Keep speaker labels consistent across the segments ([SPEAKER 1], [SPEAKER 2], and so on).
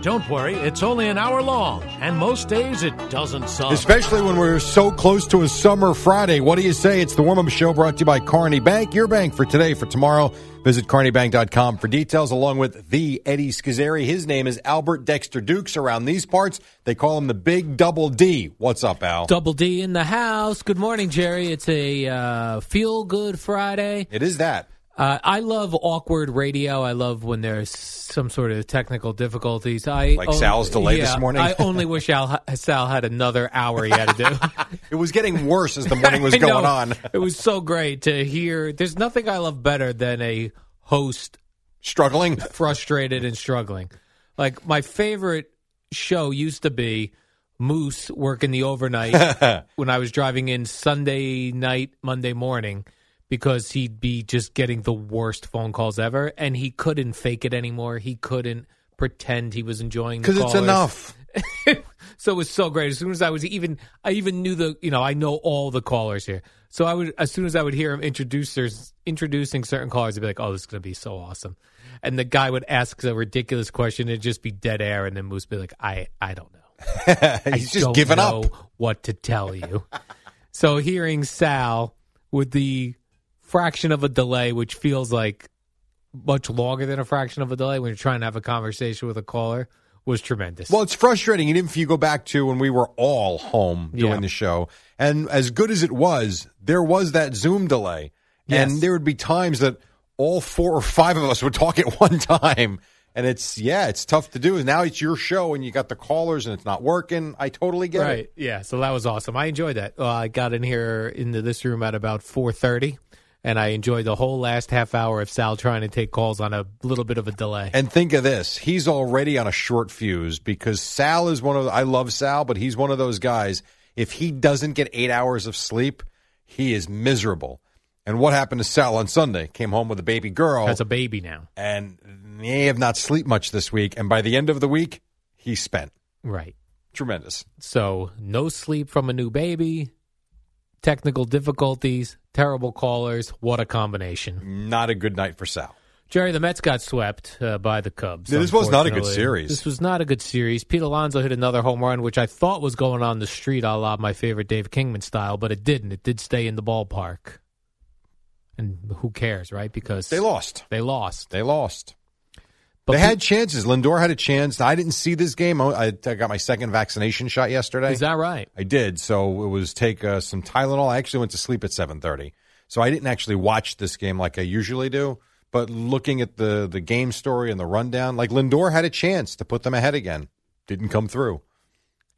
[SPEAKER 1] Don't worry, it's only an hour long, and most days it doesn't suck.
[SPEAKER 2] Especially when we're so close to a summer Friday. What do you say? It's the warm up show brought to you by Carney Bank, your bank for today, for tomorrow. Visit carneybank.com for details, along with the Eddie Schizzeri. His name is Albert Dexter Dukes. Around these parts, they call him the Big Double D. What's up, Al?
[SPEAKER 3] Double D in the house. Good morning, Jerry. It's a uh, feel good Friday.
[SPEAKER 2] it is that.
[SPEAKER 3] Uh, I love awkward radio. I love when there's some sort of technical difficulties. I
[SPEAKER 2] Like Sal's delay this
[SPEAKER 3] yeah,
[SPEAKER 2] morning?
[SPEAKER 3] I only wish Al, Sal had another hour he had to do.
[SPEAKER 2] It was getting worse as the morning was
[SPEAKER 3] I know.
[SPEAKER 2] going on.
[SPEAKER 3] it was so great to hear. There's nothing I love better than a host
[SPEAKER 2] Struggling.
[SPEAKER 3] frustrated and struggling. Like my favorite show used to be Moose working the overnight when I was driving in Sunday night, Monday morning, because he'd be just getting the worst phone calls ever, and he couldn't fake it anymore. He couldn't pretend he was enjoying the
[SPEAKER 2] Because it's
[SPEAKER 3] callers.
[SPEAKER 2] enough.
[SPEAKER 3] so it was so great. As soon as I was even, I even knew the, you know, I know all the callers here. So I would, as soon as I would hear him introduce there's- introducing certain callers, I'd be like, "Oh, this is going to be so awesome," and the guy would ask a ridiculous question, it'd just be dead air, and then Moose would be like, "I, I don't know."
[SPEAKER 2] He's
[SPEAKER 3] I
[SPEAKER 2] just
[SPEAKER 3] don't
[SPEAKER 2] giving
[SPEAKER 3] know
[SPEAKER 2] up.
[SPEAKER 3] what to tell you. so hearing Sal with the fraction of a delay, which feels like much longer than a fraction of a delay when you're trying to have a conversation with a caller, was tremendous.
[SPEAKER 2] Well, it's frustrating, even if you go back to when we were all home doing
[SPEAKER 3] Yeah.
[SPEAKER 2] the show. And as good as it was, there was that Zoom delay.
[SPEAKER 3] Yes.
[SPEAKER 2] And there would be times that all four or five of us would talk at one time. And it's, yeah, it's tough to do. Now it's your show and you got the callers and it's not working. I totally get
[SPEAKER 3] right.
[SPEAKER 2] it.
[SPEAKER 3] Yeah. So that was awesome. I enjoyed that. Uh, I got in here into this room at about four thirty, and I enjoyed the whole last half hour of Sal trying to take calls on a little bit of a delay.
[SPEAKER 2] And think of this he's already on a short fuse because Sal is one of, I love Sal, but he's one of those guys. If he doesn't get eight hours of sleep, he is miserable. And what happened to Sal on Sunday? Came home with a baby girl.
[SPEAKER 3] That's a baby now.
[SPEAKER 2] and may have not slept much this week. And by the end of the week, he spent
[SPEAKER 3] Right.
[SPEAKER 2] tremendous.
[SPEAKER 3] So no sleep from a new baby, technical difficulties, terrible callers. What a combination.
[SPEAKER 2] Not a good night for Sal.
[SPEAKER 3] Jerry, the Mets got swept uh, by the Cubs.
[SPEAKER 2] Yeah, this was not a good
[SPEAKER 3] unfortunately.
[SPEAKER 2] series.
[SPEAKER 3] This was not a good series. Pete Alonso hit another home run, which I thought was going on the street a la my favorite Dave Kingman style, but it didn't. It did stay in the ballpark. And who cares, right? Because
[SPEAKER 2] They lost.
[SPEAKER 3] They lost.
[SPEAKER 2] They lost.
[SPEAKER 3] But
[SPEAKER 2] they
[SPEAKER 3] Pete-
[SPEAKER 2] had chances. Lindor had a chance. I didn't see this game. I, I got my second vaccination shot yesterday.
[SPEAKER 3] Is that right?
[SPEAKER 2] I did. So it was take uh, some Tylenol. I actually went to sleep at 7:30. So I didn't actually watch this game like I usually do, but looking at the the game story and the rundown, like Lindor had a chance to put them ahead again. Didn't come through.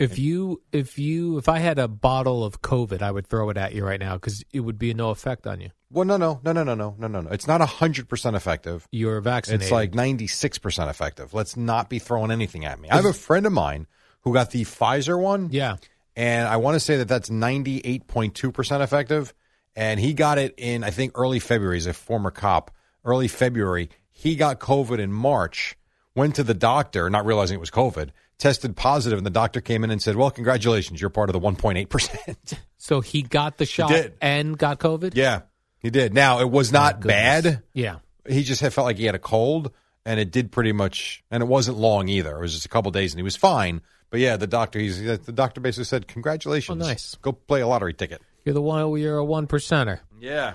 [SPEAKER 3] If you if you if I had a bottle of COVID, I would throw it at you right now because it would be no effect on you.
[SPEAKER 2] Well, no, no, no, no, no, no, no, no, no. It's not hundred percent effective.
[SPEAKER 3] You're vaccinated.
[SPEAKER 2] It's like ninety six percent effective. Let's not be throwing anything at me. I have a friend of mine who got the Pfizer one,
[SPEAKER 3] Yeah.
[SPEAKER 2] and I want to say that that's ninety eight point two percent effective. And he got it in I think early February. He's a former cop. Early February, he got COVID in March. Went to the doctor, not realizing it was COVID. Tested positive, and the doctor came in and said, "Well, congratulations, you're part of the one point eight percent."
[SPEAKER 3] So he got the shot
[SPEAKER 2] did.
[SPEAKER 3] and got COVID?
[SPEAKER 2] Yeah, he did. Now it was not
[SPEAKER 3] Goodness.
[SPEAKER 2] bad.
[SPEAKER 3] Yeah.
[SPEAKER 2] he just had felt like he had a cold and it did pretty much and it wasn't long either it was just a couple days and he was fine but yeah the doctor he's he- the doctor basically said congratulations
[SPEAKER 3] Oh, nice.
[SPEAKER 2] go play a lottery ticket
[SPEAKER 3] You're the one you're a one percenter.
[SPEAKER 2] yeah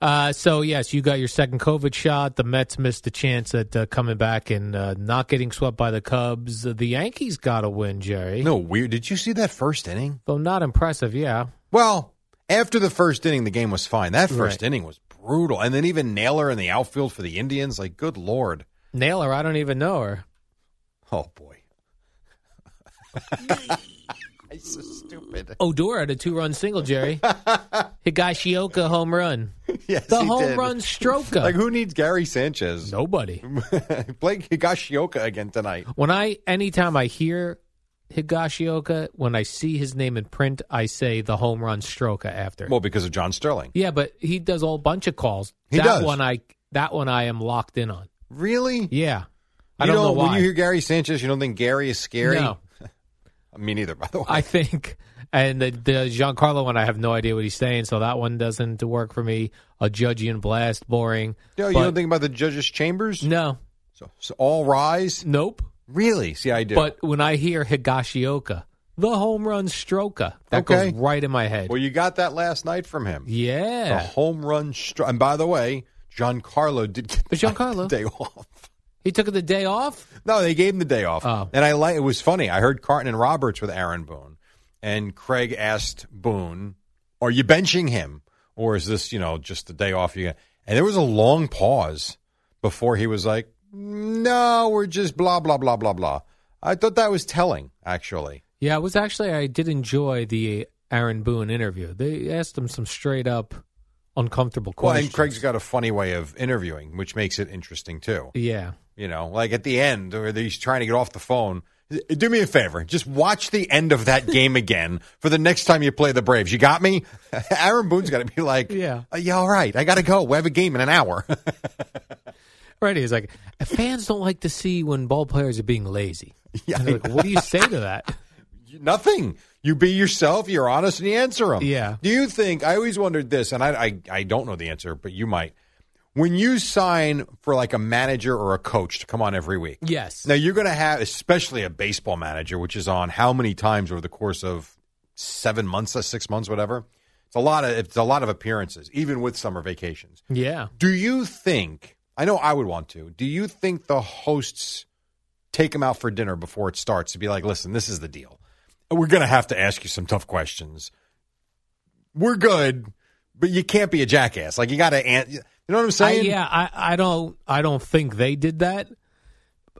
[SPEAKER 3] Uh, so yes, you got your second COVID shot. The Mets missed the chance at uh, coming back and uh, not getting swept by the Cubs. The Yankees got a win, Jerry.
[SPEAKER 2] No, weird. Did you see that first inning?
[SPEAKER 3] Though not impressive, yeah.
[SPEAKER 2] Well, after the first inning, the game was fine. That first
[SPEAKER 3] Right.
[SPEAKER 2] inning was brutal. And then even Naylor in the outfield for the Indians, like, good Lord.
[SPEAKER 3] Naylor, I don't even know her.
[SPEAKER 2] Oh, boy. It's so stupid.
[SPEAKER 3] Odor had a two-run single, Jerry. Higashioka home run.
[SPEAKER 2] Yes,
[SPEAKER 3] The
[SPEAKER 2] he
[SPEAKER 3] home
[SPEAKER 2] did.
[SPEAKER 3] run stroker.
[SPEAKER 2] Like, who needs Gary Sanchez?
[SPEAKER 3] Nobody.
[SPEAKER 2] Blake Higashioka again tonight.
[SPEAKER 3] When I anytime I hear Higashioka, when I see his name in print, I say the home run stroker after.
[SPEAKER 2] Well, because of John Sterling.
[SPEAKER 3] yeah, but he does a whole bunch of calls.
[SPEAKER 2] He
[SPEAKER 3] that
[SPEAKER 2] does.
[SPEAKER 3] one I that one I am locked in on.
[SPEAKER 2] Really?
[SPEAKER 3] Yeah. I
[SPEAKER 2] You
[SPEAKER 3] don't, know
[SPEAKER 2] When
[SPEAKER 3] why.
[SPEAKER 2] you hear Gary Sanchez, you don't think Gary is scary?
[SPEAKER 3] No.
[SPEAKER 2] Me neither, by the way.
[SPEAKER 3] I think and the, the Giancarlo one I have no idea what he's saying, so that one doesn't work for me. A judgy and blast, boring.
[SPEAKER 2] no, you
[SPEAKER 3] But-
[SPEAKER 2] don't think about the judges' chambers?
[SPEAKER 3] No.
[SPEAKER 2] So, so all rise?
[SPEAKER 3] Nope.
[SPEAKER 2] Really? See, I do.
[SPEAKER 3] But when I hear Higashioka, the home run stroker, that
[SPEAKER 2] Okay.
[SPEAKER 3] goes right in my head.
[SPEAKER 2] well, oh. you got that last night from him. The
[SPEAKER 3] yeah.
[SPEAKER 2] home run. Str- and by the way, Giancarlo did get
[SPEAKER 3] But Giancarlo-
[SPEAKER 2] the day off.
[SPEAKER 3] He took the day off?
[SPEAKER 2] No, they gave him the day off.
[SPEAKER 3] Oh.
[SPEAKER 2] And I like it was funny. I heard Carton and Roberts with Aaron Boone, and Craig asked Boone, "Are you benching him, or is this you know just the day off you?" Got? And there was a long pause before he was like, "No, we're just blah blah blah blah blah." I thought that was telling, actually.
[SPEAKER 3] Yeah, it was actually I did enjoy the Aaron Boone interview. They asked him some straight up uncomfortable
[SPEAKER 2] Well,
[SPEAKER 3] questions.
[SPEAKER 2] and Craig's got a funny way of interviewing, which makes it interesting too.
[SPEAKER 3] Yeah.
[SPEAKER 2] You know, like at the end, where he's trying to get off the phone. Do me a favor. Just watch the end of that game again for the next time you play the Braves. You got me? Aaron Boone's got to be like,
[SPEAKER 3] Yeah.
[SPEAKER 2] "Uh, yeah, all right. I got to go. We have a game in an hour.
[SPEAKER 3] Right. He's like, fans don't like to see when ball players are being lazy.
[SPEAKER 2] Yeah,
[SPEAKER 3] And they're like, what do you say to that?
[SPEAKER 2] Nothing. You be yourself. You're honest and you answer them.
[SPEAKER 3] Yeah.
[SPEAKER 2] Do you think, I always wondered this, and I, I, I don't know the answer, but you might. When you sign for like a manager or a coach to come on every week,
[SPEAKER 3] Yes.
[SPEAKER 2] Now you're going to have, especially a baseball manager, which is on how many times over the course of seven months, uh, six months, whatever. It's a lot of it's a lot of appearances, even with summer vacations.
[SPEAKER 3] Yeah.
[SPEAKER 2] Do you think? I know I would want to. Do you think the hosts take them out for dinner before it starts to be like, listen, this is the deal. We're going to have to ask you some tough questions. We're good, but you can't be a jackass. Like you got to, an- you know what I'm
[SPEAKER 3] I,
[SPEAKER 2] saying?
[SPEAKER 3] yeah. I, I don't I don't think they did that.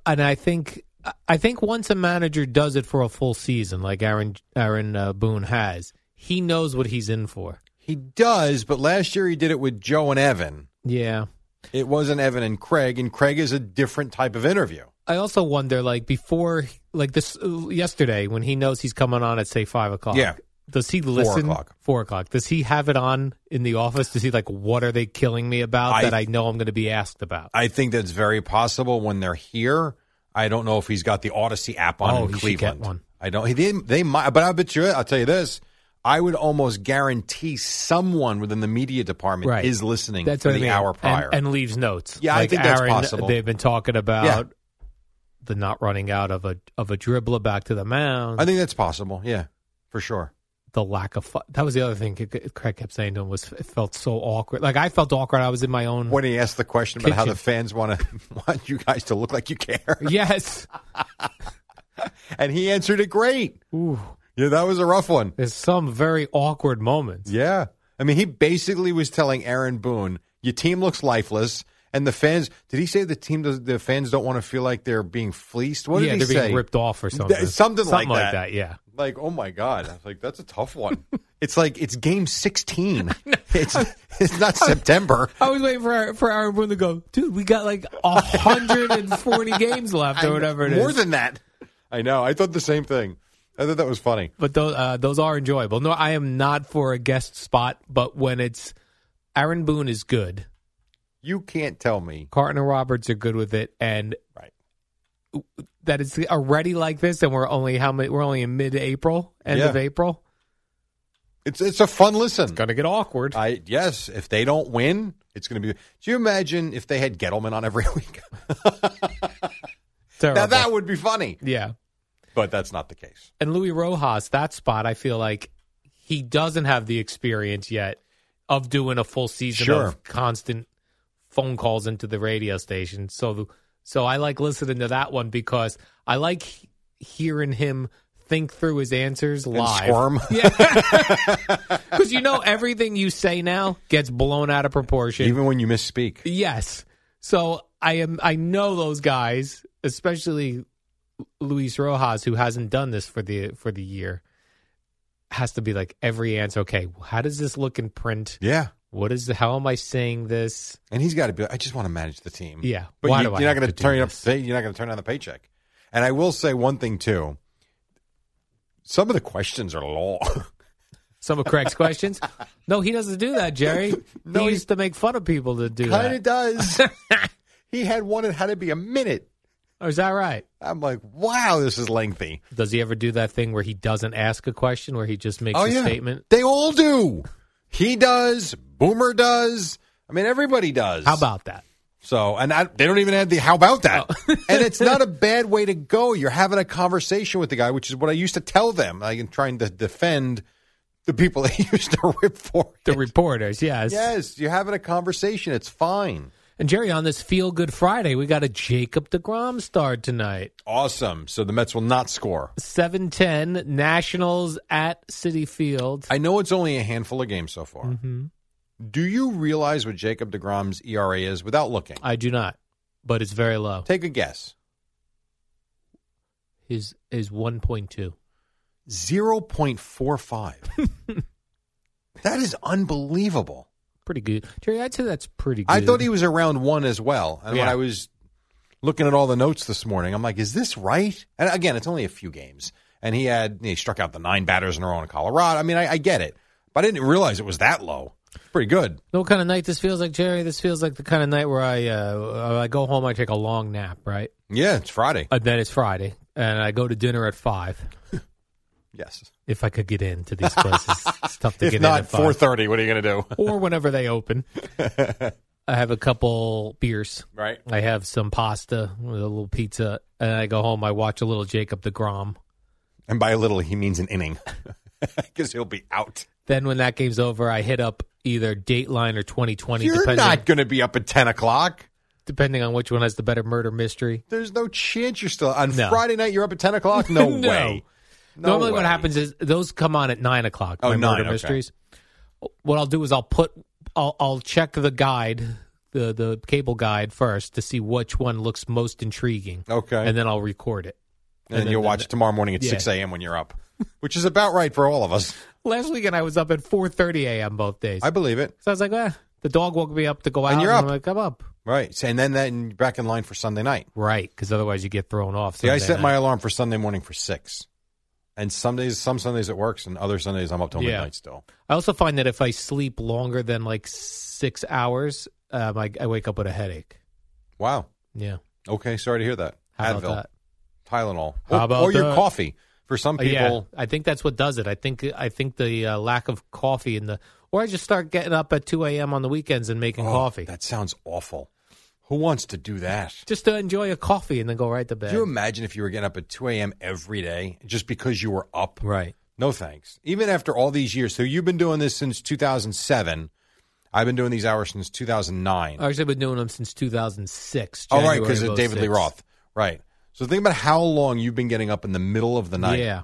[SPEAKER 3] And I think I think once a manager does it for a full season, like Aaron Aaron uh, Boone has, he knows what he's in for.
[SPEAKER 2] He does, but last year he did it with Joe and Evan.
[SPEAKER 3] Yeah.
[SPEAKER 2] It wasn't Evan and Craig, and Craig is a different type of interview.
[SPEAKER 3] I also wonder, like before, like this yesterday when he knows he's coming on at say five o'clock.
[SPEAKER 2] Yeah.
[SPEAKER 3] Does he listen?
[SPEAKER 2] o'clock.
[SPEAKER 3] Four o'clock. Does he have it on in the office to see like what are they killing me about
[SPEAKER 2] I-
[SPEAKER 3] that I know I'm going to be asked about?
[SPEAKER 2] I think that's very possible when they're here. I don't know if he's got the Odyssey app on
[SPEAKER 3] Oh,
[SPEAKER 2] in
[SPEAKER 3] he should
[SPEAKER 2] Cleveland.
[SPEAKER 3] get one.
[SPEAKER 2] I don't. He didn't. They might, but I bet you. I'll tell you this. I would almost guarantee someone within the media department
[SPEAKER 3] Right.
[SPEAKER 2] is listening
[SPEAKER 3] That's
[SPEAKER 2] for
[SPEAKER 3] what
[SPEAKER 2] the
[SPEAKER 3] I mean.
[SPEAKER 2] hour
[SPEAKER 3] And-
[SPEAKER 2] prior.
[SPEAKER 3] and, leaves notes.
[SPEAKER 2] Yeah, I
[SPEAKER 3] Like,
[SPEAKER 2] think that's
[SPEAKER 3] Aaron,
[SPEAKER 2] possible.
[SPEAKER 3] They've been talking about
[SPEAKER 2] Yeah.
[SPEAKER 3] the not running out of a of a dribbler back to the mound.
[SPEAKER 2] I think that's possible. Yeah, for sure.
[SPEAKER 3] the lack of fu- that was the other thing Craig kept saying to him was it felt so awkward. Like I felt awkward. I was in my own.
[SPEAKER 2] When he asked the question about how
[SPEAKER 3] Mm. Kitchen.
[SPEAKER 2] the fans want to want you guys to look like you care,
[SPEAKER 3] yes.
[SPEAKER 2] and he answered it great.
[SPEAKER 3] Ooh.
[SPEAKER 2] Yeah, that was a rough one.
[SPEAKER 3] There's some very awkward moments.
[SPEAKER 2] Yeah. I mean, he basically was telling Aaron Boone, your team looks lifeless. And the fans, did he say the team, does, the fans don't want to feel like they're being fleeced? What did
[SPEAKER 3] yeah,
[SPEAKER 2] he
[SPEAKER 3] they're
[SPEAKER 2] say?
[SPEAKER 3] being ripped off or something.
[SPEAKER 2] Th- something like that.
[SPEAKER 3] Yeah.
[SPEAKER 2] Like, oh my God. I was like, that's a tough one. it's like, it's game 16. it's, it's not September.
[SPEAKER 3] I was waiting for for Aaron Boone to go, dude. We got like 140 games left or whatever it is.
[SPEAKER 2] More than that. I know. I thought the same thing. I thought that was funny.
[SPEAKER 3] but those uh, those are enjoyable. No, I am not for a guest spot, but when it's Aaron Boone is good,
[SPEAKER 2] You can't tell me.
[SPEAKER 3] Carton and Roberts are good with it, and
[SPEAKER 2] Right.
[SPEAKER 3] that it's already like this, and we're only how many? We're only in mid April, end
[SPEAKER 2] Yeah.
[SPEAKER 3] of April.
[SPEAKER 2] It's, it's a fun listen.
[SPEAKER 3] Gonna get awkward.
[SPEAKER 2] I yes, if they don't win, it's going to be. Do you imagine if they had Gettleman on every week?
[SPEAKER 3] Terrible.
[SPEAKER 2] now that would be funny,
[SPEAKER 3] yeah.
[SPEAKER 2] but that's not the case.
[SPEAKER 3] and Louis Rojas, that spot, I feel like he doesn't have the experience yet of doing a full season
[SPEAKER 2] Sure.
[SPEAKER 3] of constant phone calls into the radio station. So the, so I like listening to that one because I like he- hearing him think through his answers
[SPEAKER 2] And
[SPEAKER 3] live.
[SPEAKER 2] squirm.
[SPEAKER 3] Because you know everything you say now gets blown out of proportion.
[SPEAKER 2] Even when you misspeak.
[SPEAKER 3] yes. So I am. I know those guys, especially Luis Rojas, who hasn't done this for the for the year, has to be like every answer. Okay, how does this look in print?
[SPEAKER 2] Yeah.
[SPEAKER 3] What is the? How am I saying this?
[SPEAKER 2] And he's got to be. like, I just want to manage the team.
[SPEAKER 3] Yeah.
[SPEAKER 2] Mm. but
[SPEAKER 3] Why
[SPEAKER 2] you,
[SPEAKER 3] do I
[SPEAKER 2] are not
[SPEAKER 3] have
[SPEAKER 2] going
[SPEAKER 3] to
[SPEAKER 2] to
[SPEAKER 3] do
[SPEAKER 2] turn it up.
[SPEAKER 3] this?
[SPEAKER 2] Say, you're not going to turn down the paycheck. And I will say one thing too. Some of the questions are long.
[SPEAKER 3] Some of Craig's questions. No, he doesn't do that, Jerry.
[SPEAKER 2] No,
[SPEAKER 3] he
[SPEAKER 2] he-
[SPEAKER 3] used to make fun of people to do
[SPEAKER 2] Kind
[SPEAKER 3] that.
[SPEAKER 2] of does. he had one that had to be a minute.
[SPEAKER 3] Or is that right?
[SPEAKER 2] I'm like, wow, this is lengthy.
[SPEAKER 3] Does he ever do that thing where he doesn't ask a question, where he just
[SPEAKER 2] Oh,
[SPEAKER 3] makes a statement?
[SPEAKER 2] They all do. He does. Boomer does. I mean, everybody does.
[SPEAKER 3] How about that?
[SPEAKER 2] So, and I, they don't even add the how about that.
[SPEAKER 3] Oh.
[SPEAKER 2] and it's not a bad way to go. You're having a conversation with the guy, which is what I used to tell them. I'm trying to defend the people that used to rip for
[SPEAKER 3] The
[SPEAKER 2] it.
[SPEAKER 3] reporters, yes.
[SPEAKER 2] Yes, you're having a conversation. It's fine.
[SPEAKER 3] And Jerry, on this Feel Good Friday, we got a Jacob DeGrom star tonight.
[SPEAKER 2] Awesome. So the Mets will not score.
[SPEAKER 3] 7-10, Nationals at City Field.
[SPEAKER 2] I know it's only a handful of games so far.
[SPEAKER 3] Mm-hmm.
[SPEAKER 2] Do you realize what Jacob DeGrom's ERA is without looking?
[SPEAKER 3] I do not, but it's very low.
[SPEAKER 2] Take a guess.
[SPEAKER 3] His is 1.2.
[SPEAKER 2] 0.45. that is unbelievable.
[SPEAKER 3] Pretty good. Jerry, I'd say that's pretty good.
[SPEAKER 2] I thought he was around one as well. And when
[SPEAKER 3] Yeah.
[SPEAKER 2] I was looking at all the notes this morning, I'm like, is this right? And again, it's only a few games. And he had he struck out the nine batters in a row in Colorado. I mean, I, I get it, but I didn't realize it was that low. Pretty good.
[SPEAKER 3] You know what kind of night this feels like, Jerry? This feels like the kind of night where I uh, I go home, I take a long nap, right?
[SPEAKER 2] Yeah, it's Friday.
[SPEAKER 3] And then it's Friday, and I go to dinner at five.
[SPEAKER 2] Yes.
[SPEAKER 3] If I could get into these places, it's tough to
[SPEAKER 2] If
[SPEAKER 3] get in
[SPEAKER 2] not
[SPEAKER 3] at five.
[SPEAKER 2] four thirty, what are you going to do?
[SPEAKER 3] or whenever they open. I have a couple beers.
[SPEAKER 2] Right.
[SPEAKER 3] I have some pasta with a little pizza, and I go home. I watch a little Jacob Degrom.
[SPEAKER 2] And by a little, he means an inning, because he'll be out.
[SPEAKER 3] Then when that game's over, I hit up either Dateline or 2020,
[SPEAKER 2] You're
[SPEAKER 3] depending,
[SPEAKER 2] not going to be up at ten o'clock.
[SPEAKER 3] depending on which one has the better murder mystery.
[SPEAKER 2] There's no chance you're still on
[SPEAKER 3] No.
[SPEAKER 2] Friday night. You're up at ten o'clock. No,
[SPEAKER 3] No.
[SPEAKER 2] way. No
[SPEAKER 3] Normally, what
[SPEAKER 2] way.
[SPEAKER 3] happens is those come on at nine o'clock.
[SPEAKER 2] Oh,
[SPEAKER 3] my
[SPEAKER 2] nine,
[SPEAKER 3] murder
[SPEAKER 2] okay.
[SPEAKER 3] mysteries. What I'll do is I'll put I'll, I'll check the guide, the the cable guide first to see which one looks most intriguing.
[SPEAKER 2] Okay.
[SPEAKER 3] and then I'll record it.
[SPEAKER 2] and,
[SPEAKER 3] And
[SPEAKER 2] then you'll
[SPEAKER 3] then-
[SPEAKER 2] watch it tomorrow morning at
[SPEAKER 3] Yeah.
[SPEAKER 2] 6 a.m. when you're up, which is about right for all of us.
[SPEAKER 3] Last weekend I was up at four thirty a.m. both days.
[SPEAKER 2] I believe it.
[SPEAKER 3] so I was like, eh, the dog woke me up to go out.
[SPEAKER 2] And you're
[SPEAKER 3] I'm
[SPEAKER 2] up.
[SPEAKER 3] like, I'm up.
[SPEAKER 2] Right. So- And then that, and you're back in line for Sunday night.
[SPEAKER 3] Right, because otherwise you get thrown off.
[SPEAKER 2] See, I
[SPEAKER 3] Sunday
[SPEAKER 2] set
[SPEAKER 3] night.
[SPEAKER 2] my alarm for Sunday morning for 6. And some days, some Sundays it works, and other Sundays I'm up till
[SPEAKER 3] Yeah.
[SPEAKER 2] midnight still.
[SPEAKER 3] I also find that if I sleep longer than like six hours, um, I, I wake up with a headache.
[SPEAKER 2] Wow.
[SPEAKER 3] Yeah,
[SPEAKER 2] Okay. Sorry to hear that.
[SPEAKER 3] how
[SPEAKER 2] Advil,
[SPEAKER 3] about that?
[SPEAKER 2] Tylenol,
[SPEAKER 3] How
[SPEAKER 2] or,
[SPEAKER 3] about
[SPEAKER 2] or your
[SPEAKER 3] that?
[SPEAKER 2] coffee. For some
[SPEAKER 3] Uh,
[SPEAKER 2] people,
[SPEAKER 3] Yeah, I think that's what does it. I think I think the uh, lack of coffee and the or I just start getting up at two a.m. on the weekends and making
[SPEAKER 2] Oh,
[SPEAKER 3] coffee
[SPEAKER 2] That sounds awful. Who wants to do that?
[SPEAKER 3] just to enjoy a coffee and then go right to bed.
[SPEAKER 2] Do you imagine if you were getting up at 2 a.m. every day just because you were up?
[SPEAKER 3] right.
[SPEAKER 2] No thanks. Even after all these years. So you've been doing this since 2007. I've been doing these hours since 2009.
[SPEAKER 3] I actually been doing them since two thousand six. oh
[SPEAKER 2] all Oh, right, because of David Lee Roth. Right. So think about how long you've been getting up in the middle of the night.
[SPEAKER 3] Yeah.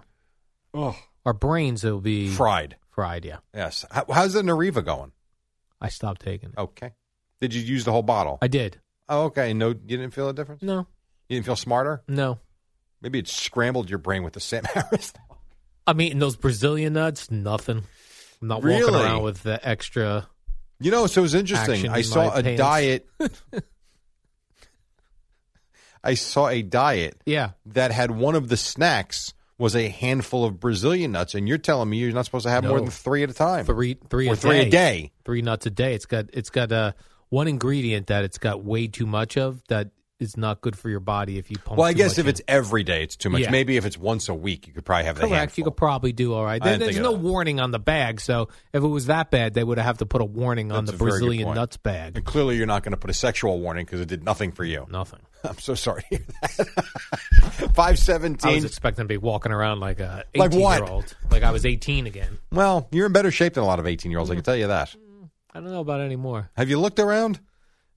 [SPEAKER 3] Our brains will be
[SPEAKER 2] Fried.
[SPEAKER 3] fried. Yeah.
[SPEAKER 2] Yes. How, how's the Nariva going?
[SPEAKER 3] I stopped taking it.
[SPEAKER 2] Okay. Did you use the whole bottle?
[SPEAKER 3] I did.
[SPEAKER 2] oh, okay. No, you didn't feel a difference?
[SPEAKER 3] No.
[SPEAKER 2] You didn't feel smarter?
[SPEAKER 3] No.
[SPEAKER 2] Maybe it scrambled your brain with the Sam Harris.
[SPEAKER 3] I'm eating those Brazilian nuts. Nothing. I'm not walking
[SPEAKER 2] Really?
[SPEAKER 3] around with the extra.
[SPEAKER 2] You know, so it was interesting.
[SPEAKER 3] Action
[SPEAKER 2] I
[SPEAKER 3] in
[SPEAKER 2] saw
[SPEAKER 3] my
[SPEAKER 2] a
[SPEAKER 3] pants.
[SPEAKER 2] diet. I saw a diet
[SPEAKER 3] Yeah.
[SPEAKER 2] that had one of the snacks was a handful of Brazilian nuts, and you're telling me you're not supposed to have more
[SPEAKER 3] No.
[SPEAKER 2] than three at a time,
[SPEAKER 3] Three. Three.
[SPEAKER 2] or
[SPEAKER 3] a
[SPEAKER 2] three
[SPEAKER 3] day.
[SPEAKER 2] a day.
[SPEAKER 3] Three nuts a day. It's got. It's got uh, one ingredient that it's got way too much of that is not good for your body if you pump.
[SPEAKER 2] well, I
[SPEAKER 3] too
[SPEAKER 2] guess
[SPEAKER 3] much
[SPEAKER 2] if
[SPEAKER 3] in.
[SPEAKER 2] it's every day, it's too much.
[SPEAKER 3] Yeah.
[SPEAKER 2] Maybe if it's once a week, you could probably have the
[SPEAKER 3] correct, you
[SPEAKER 2] handful.
[SPEAKER 3] could probably do all right.
[SPEAKER 2] I
[SPEAKER 3] There,
[SPEAKER 2] didn't
[SPEAKER 3] there's
[SPEAKER 2] think
[SPEAKER 3] no
[SPEAKER 2] of that.
[SPEAKER 3] warning on the bag, so if it was that bad, they would have to put a warning on the
[SPEAKER 2] That's a very good
[SPEAKER 3] Brazilian
[SPEAKER 2] point.
[SPEAKER 3] nuts bag.
[SPEAKER 2] and clearly, you're not going to put a sexual warning because it did nothing for you.
[SPEAKER 3] Nothing.
[SPEAKER 2] I'm so sorry. to hear that. Five
[SPEAKER 3] I
[SPEAKER 2] seventeen.
[SPEAKER 3] was expecting to be walking around like a
[SPEAKER 2] Like
[SPEAKER 3] 18
[SPEAKER 2] what?
[SPEAKER 3] year old. Like I was 18 again. Mm-hmm.
[SPEAKER 2] Well, you're in better shape than a lot of 18 year olds. I can tell you that.
[SPEAKER 3] I don't know about anymore.
[SPEAKER 2] Have you looked around?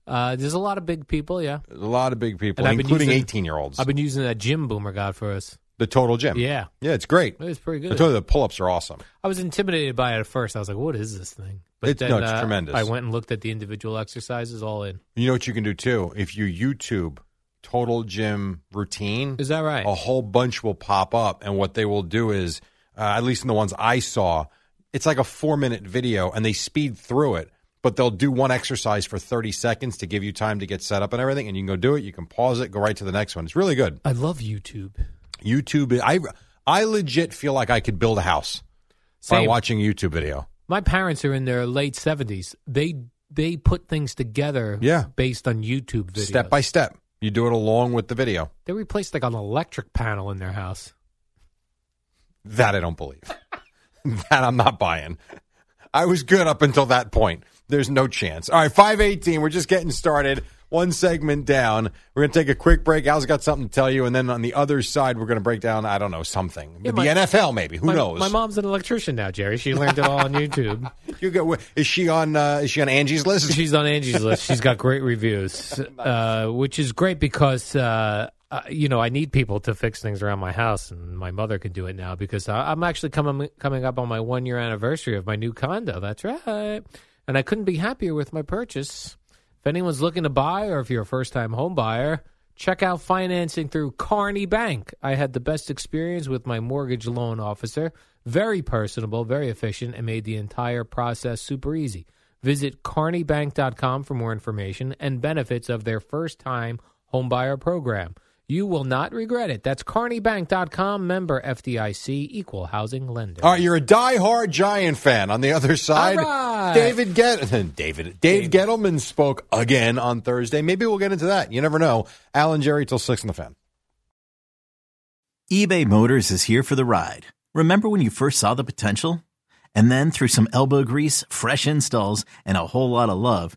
[SPEAKER 3] Uh, there's a lot of big people, yeah.
[SPEAKER 2] There's a lot of big people,
[SPEAKER 3] And I've been
[SPEAKER 2] including
[SPEAKER 3] using-
[SPEAKER 2] 18 year olds.
[SPEAKER 3] I've been using that gym boomer god for us.
[SPEAKER 2] The total gym.
[SPEAKER 3] Yeah.
[SPEAKER 2] Yeah, it's great.
[SPEAKER 3] It was pretty
[SPEAKER 2] I
[SPEAKER 3] good.
[SPEAKER 2] told you the pull ups are awesome.
[SPEAKER 3] I was intimidated by it at first. I was like, what is this thing? uh,
[SPEAKER 2] It's- no, it's tremendous.
[SPEAKER 3] I went and looked at the individual exercises all in.
[SPEAKER 2] You know what you can do too? If you YouTube total gym routine,
[SPEAKER 3] Is that right?
[SPEAKER 2] a whole bunch will pop up. And what they will do is, uh, at least in the ones I saw, it's like a four minute video and they speed through it, but they'll do one exercise for 30 seconds to give you time to get set up and everything. And you can go do it. You can pause it, go right to the next one. It's really good.
[SPEAKER 3] I love YouTube.
[SPEAKER 2] YouTube, I, I legit feel like I could build a house by
[SPEAKER 3] Same.
[SPEAKER 2] watching a YouTube video.
[SPEAKER 3] My parents are in their late 70s. They they put things together
[SPEAKER 2] Yeah.
[SPEAKER 3] based on YouTube videos.
[SPEAKER 2] Step by step. You do it along with the video.
[SPEAKER 3] They replaced like an electric panel in their house.
[SPEAKER 2] That I don't believe. that I'm not buying. I was good up until that point. There's no chance. All right, 518. We're just getting started. One segment down. We're going to take a quick break. Al's got something to tell you. And then on the other side, we're going to break down, I don't know, something.
[SPEAKER 3] Yeah,
[SPEAKER 2] the
[SPEAKER 3] my-
[SPEAKER 2] NFL, maybe. Who
[SPEAKER 3] my,
[SPEAKER 2] knows?
[SPEAKER 3] My mom's an electrician now, Jerry. She learned it all on YouTube.
[SPEAKER 2] You go, is she on uh, Is she on Angie's list?
[SPEAKER 3] She's on Angie's list. She's got great reviews, uh, which is great because uh, uh, you know I need people to fix things around my house, and my mother can do it now because I, I'm actually coming coming up on my one year anniversary of my new condo. That's right, and I couldn't be happier with my purchase. If anyone's looking to buy, or if you're a first time home buyer. Check out financing through Carney Bank. I had the best experience with my mortgage loan officer. Very personable, very efficient, and made the entire process super easy. Visit carneybank.com for more information and benefits of their first time homebuyer program. You will not regret it. That's carneybank.com, member FDIC, equal housing lender.
[SPEAKER 2] All right, you're a diehard Giant fan. On the other side,
[SPEAKER 3] All right.
[SPEAKER 2] David Get David Dave Gettleman spoke again on Thursday. Maybe we'll get into that. You never know. Alan Jerry till six in the fan.
[SPEAKER 4] eBay Motors is here for the ride. Remember when you first saw the potential? And then through some elbow grease, fresh installs, and a whole lot of love,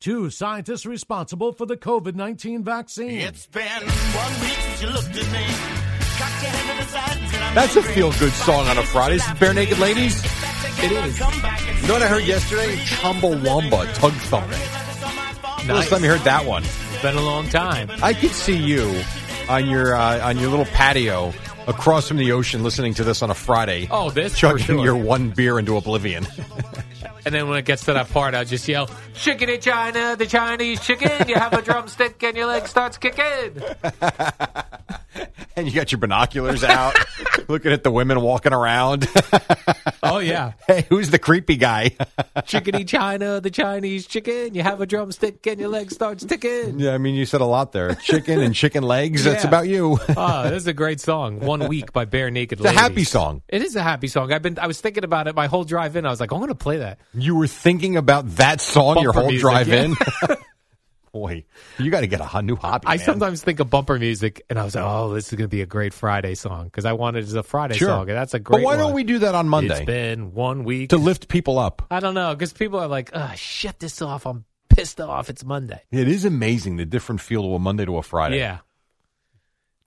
[SPEAKER 1] two scientists responsible for the COVID 19 vaccine.
[SPEAKER 5] It's been one week since you looked at me. Cocked your head to the side and said, I'm
[SPEAKER 2] That's a
[SPEAKER 5] angry.
[SPEAKER 2] feel-good song on a Friday. It's Bare Naked Ladies.
[SPEAKER 5] It is.
[SPEAKER 2] You know what I heard yesterday? Chumbawamba, Tug Thumping. First time you heard that one.
[SPEAKER 3] It's been a long time.
[SPEAKER 2] I could see you on your uh, on your little patio across from the ocean listening to this on a Friday.
[SPEAKER 3] Oh, this for
[SPEAKER 2] chugging
[SPEAKER 3] sure.
[SPEAKER 2] your one beer into oblivion.
[SPEAKER 3] And then when it gets to that part, I'll just yell, Chicken in China, the Chinese chicken. You have a drumstick and your leg starts kicking.
[SPEAKER 2] and you got your binoculars out, looking at the women walking around.
[SPEAKER 3] Oh, yeah.
[SPEAKER 2] hey, who's the creepy guy?
[SPEAKER 3] Chickadee China, the Chinese chicken. You have a drumstick and your leg starts ticking.
[SPEAKER 2] yeah, I mean, you said a lot there. Chicken and chicken legs. That's
[SPEAKER 3] Yeah.
[SPEAKER 2] about you.
[SPEAKER 3] Oh, this is a great song. One Week by Bare Naked
[SPEAKER 2] It's a
[SPEAKER 3] Ladies.
[SPEAKER 2] happy song.
[SPEAKER 3] It is a happy song. I've been I was thinking about it my whole drive in. I was like, I'm gonna play that.
[SPEAKER 2] You were thinking about that song your
[SPEAKER 3] Bumper
[SPEAKER 2] whole
[SPEAKER 3] music,
[SPEAKER 2] drive
[SPEAKER 3] yeah.
[SPEAKER 2] in. Boy, you got to get a ho- new hobby.
[SPEAKER 3] I
[SPEAKER 2] man.
[SPEAKER 3] sometimes think of bumper music and I was like, Oh, this is gonna be a great Friday song because I wanted it as a Friday
[SPEAKER 2] sure.
[SPEAKER 3] song. And that's a great
[SPEAKER 2] But why
[SPEAKER 3] one.
[SPEAKER 2] don't we do that on Monday
[SPEAKER 3] It's been one week.
[SPEAKER 2] to lift people up?
[SPEAKER 3] I don't know, because people are like, oh, shut this off. I'm pissed off. It's Monday.
[SPEAKER 2] It is amazing the different feel of a Monday to a Friday.
[SPEAKER 3] Yeah.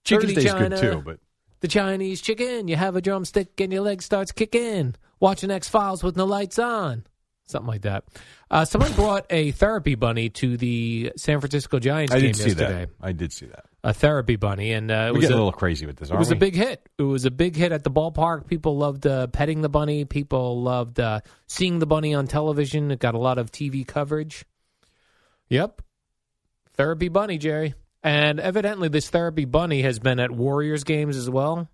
[SPEAKER 3] Dirty
[SPEAKER 2] Tuesday's good
[SPEAKER 3] China.
[SPEAKER 2] too, but
[SPEAKER 3] The Chinese chicken, you have a drumstick and your leg starts kicking. Watching X Files with no lights on. Something like that. Uh, someone brought a therapy bunny to the San Francisco Giants
[SPEAKER 2] I
[SPEAKER 3] game
[SPEAKER 2] did see
[SPEAKER 3] yesterday.
[SPEAKER 2] that. I did see that.
[SPEAKER 3] A therapy bunny, and uh,
[SPEAKER 2] We're
[SPEAKER 3] it was
[SPEAKER 2] getting a,
[SPEAKER 3] a,
[SPEAKER 2] little crazy with this.
[SPEAKER 3] it
[SPEAKER 2] Aren't
[SPEAKER 3] was a
[SPEAKER 2] we?
[SPEAKER 3] big hit. It was a big hit at the ballpark. People loved uh, petting the bunny. People loved uh, seeing the bunny on television. It got a lot of TV coverage. Yep, therapy bunny, Jerry. And evidently, this therapy bunny has been at Warriors games as well,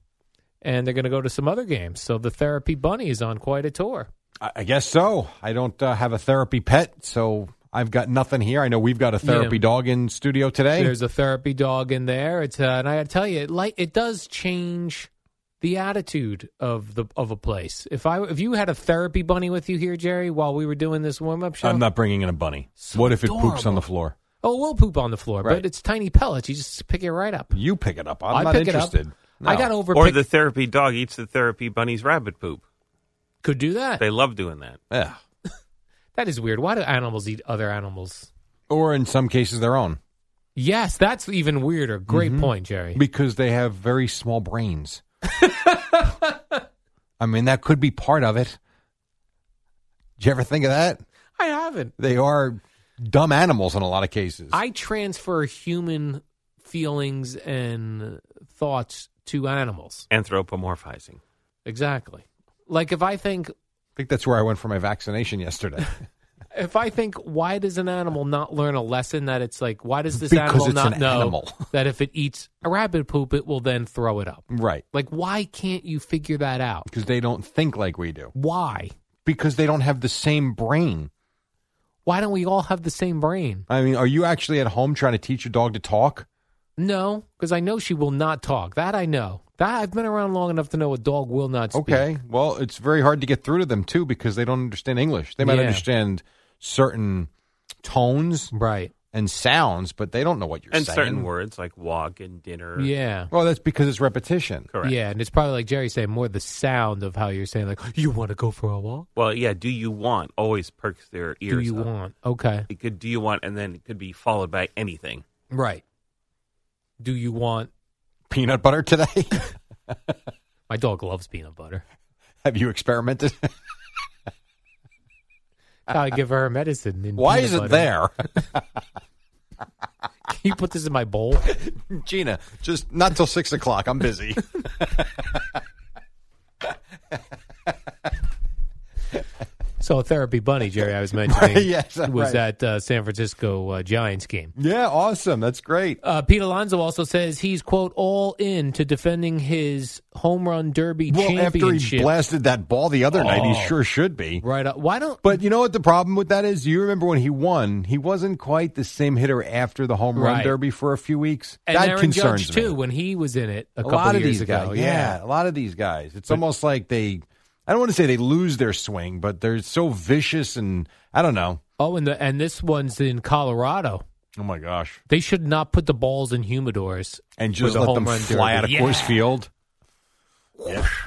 [SPEAKER 3] and they're going to go to some other games. So the therapy bunny is on quite a tour.
[SPEAKER 2] I, I guess so. I don't uh, have a therapy pet, so I've got nothing here. I know we've got a therapy
[SPEAKER 3] Yeah.
[SPEAKER 2] dog in studio today.
[SPEAKER 3] There's a therapy dog in there. It's uh, and I gotta tell you, it like it does change the attitude of the of a place. If I if you had a therapy bunny with you here, Jerry, while we were doing this warm up show,
[SPEAKER 2] I'm not bringing in a bunny.
[SPEAKER 3] So
[SPEAKER 2] what if it poops on
[SPEAKER 3] adorable.
[SPEAKER 2] the floor?
[SPEAKER 3] oh, we'll poop on the floor,
[SPEAKER 2] Right.
[SPEAKER 3] but it's tiny pellets. You just pick it right up.
[SPEAKER 2] You pick it up. I'm
[SPEAKER 3] I
[SPEAKER 2] not
[SPEAKER 3] pick it up.
[SPEAKER 2] interested. No.
[SPEAKER 3] I got over.
[SPEAKER 6] Or the therapy dog eats the therapy bunny's rabbit poop.
[SPEAKER 3] could do that.
[SPEAKER 6] They love doing that.
[SPEAKER 2] Yeah.
[SPEAKER 3] That is weird. Why do animals eat other animals?
[SPEAKER 2] Or in some cases, their own
[SPEAKER 3] Yes, that's even weirder. Great
[SPEAKER 2] Mm-hmm.
[SPEAKER 3] point, Jerry.
[SPEAKER 2] because they have very small brains. I mean, that could be part of it. Did you ever think of that?
[SPEAKER 3] I haven't.
[SPEAKER 2] They are dumb animals in a lot of cases.
[SPEAKER 3] I transfer human feelings and thoughts to animals.
[SPEAKER 6] Anthropomorphizing.
[SPEAKER 3] Exactly. Like if I think
[SPEAKER 2] think that's where I went for my vaccination yesterday.
[SPEAKER 3] if I think why does an animal not learn a lesson that it's like why does this
[SPEAKER 2] Because
[SPEAKER 3] animal
[SPEAKER 2] it's
[SPEAKER 3] not
[SPEAKER 2] an
[SPEAKER 3] know
[SPEAKER 2] animal.
[SPEAKER 3] that if it eats a rabbit poop it will then throw it up?
[SPEAKER 2] right.
[SPEAKER 3] Like why can't you figure that out?
[SPEAKER 2] Because they don't think like we do.
[SPEAKER 3] Why?
[SPEAKER 2] Because they don't have the same brain.
[SPEAKER 3] Why don't we all have the same brain?
[SPEAKER 2] I mean, are you actually at home trying to teach your dog to talk?
[SPEAKER 3] No, because I know she will not talk. That I know. That I've been around long enough to know a dog will not speak.
[SPEAKER 2] Okay. Well, it's very hard to get through to them too because they don't understand English. They might
[SPEAKER 3] Yeah.
[SPEAKER 2] understand certain tones
[SPEAKER 3] Right.
[SPEAKER 2] and sounds, but they don't know what you're
[SPEAKER 6] and
[SPEAKER 2] saying.
[SPEAKER 6] certain words like walk and dinner.
[SPEAKER 3] Yeah.
[SPEAKER 2] Well, that's because it's repetition.
[SPEAKER 6] Correct.
[SPEAKER 3] Yeah, and it's probably like Jerry saying more the sound of how you're saying like you want to go for a walk.
[SPEAKER 6] Well, yeah, do you want always perks their ears.
[SPEAKER 3] Do you
[SPEAKER 6] up.
[SPEAKER 3] want? Okay.
[SPEAKER 6] It could do you want and then it could be followed by anything.
[SPEAKER 3] Right. Do you want
[SPEAKER 2] Peanut butter today?
[SPEAKER 3] My dog loves peanut butter.
[SPEAKER 2] have you experimented?
[SPEAKER 3] I give her her medicine. in
[SPEAKER 2] Why
[SPEAKER 3] peanut
[SPEAKER 2] is it
[SPEAKER 3] butter.
[SPEAKER 2] there?
[SPEAKER 3] Can you put this in my bowl?
[SPEAKER 2] Gina, just not till six o'clock. I'm busy.
[SPEAKER 3] So, a therapy bunny, Jerry, I was mentioning,
[SPEAKER 2] Right, yes,
[SPEAKER 3] was
[SPEAKER 2] right.
[SPEAKER 3] at uh, San Francisco uh, Giants game.
[SPEAKER 2] yeah, awesome. That's great.
[SPEAKER 3] Uh, Pete Alonso also says he's quote all in to defending his home run derby
[SPEAKER 2] Well, after he
[SPEAKER 3] championship.
[SPEAKER 2] blasted that ball the other night, he
[SPEAKER 3] Oh.
[SPEAKER 2] sure should be.
[SPEAKER 3] right? Up. Why don't?
[SPEAKER 2] But you know what the problem with that is? You remember when he won, he wasn't quite the same hitter after the home run
[SPEAKER 3] Right.
[SPEAKER 2] derby for a few weeks.
[SPEAKER 3] and
[SPEAKER 2] that
[SPEAKER 3] Aaron
[SPEAKER 2] concerns
[SPEAKER 3] Judge
[SPEAKER 2] me.
[SPEAKER 3] too when he was in it a,
[SPEAKER 2] A
[SPEAKER 3] couple
[SPEAKER 2] lot of
[SPEAKER 3] years
[SPEAKER 2] these
[SPEAKER 3] ago.
[SPEAKER 2] guys, yeah. a lot of these guys. It's almost like they. I don't want to say they lose their swing, but they're so vicious and I don't know.
[SPEAKER 3] Oh, and the, and this one's in Colorado.
[SPEAKER 2] Oh my gosh!
[SPEAKER 3] They should not put the balls in humidors
[SPEAKER 2] And
[SPEAKER 3] with
[SPEAKER 2] just
[SPEAKER 3] a
[SPEAKER 2] let
[SPEAKER 3] home
[SPEAKER 2] them
[SPEAKER 3] run
[SPEAKER 2] fly
[SPEAKER 3] derby.
[SPEAKER 2] out of
[SPEAKER 3] yeah.
[SPEAKER 2] Coors Field.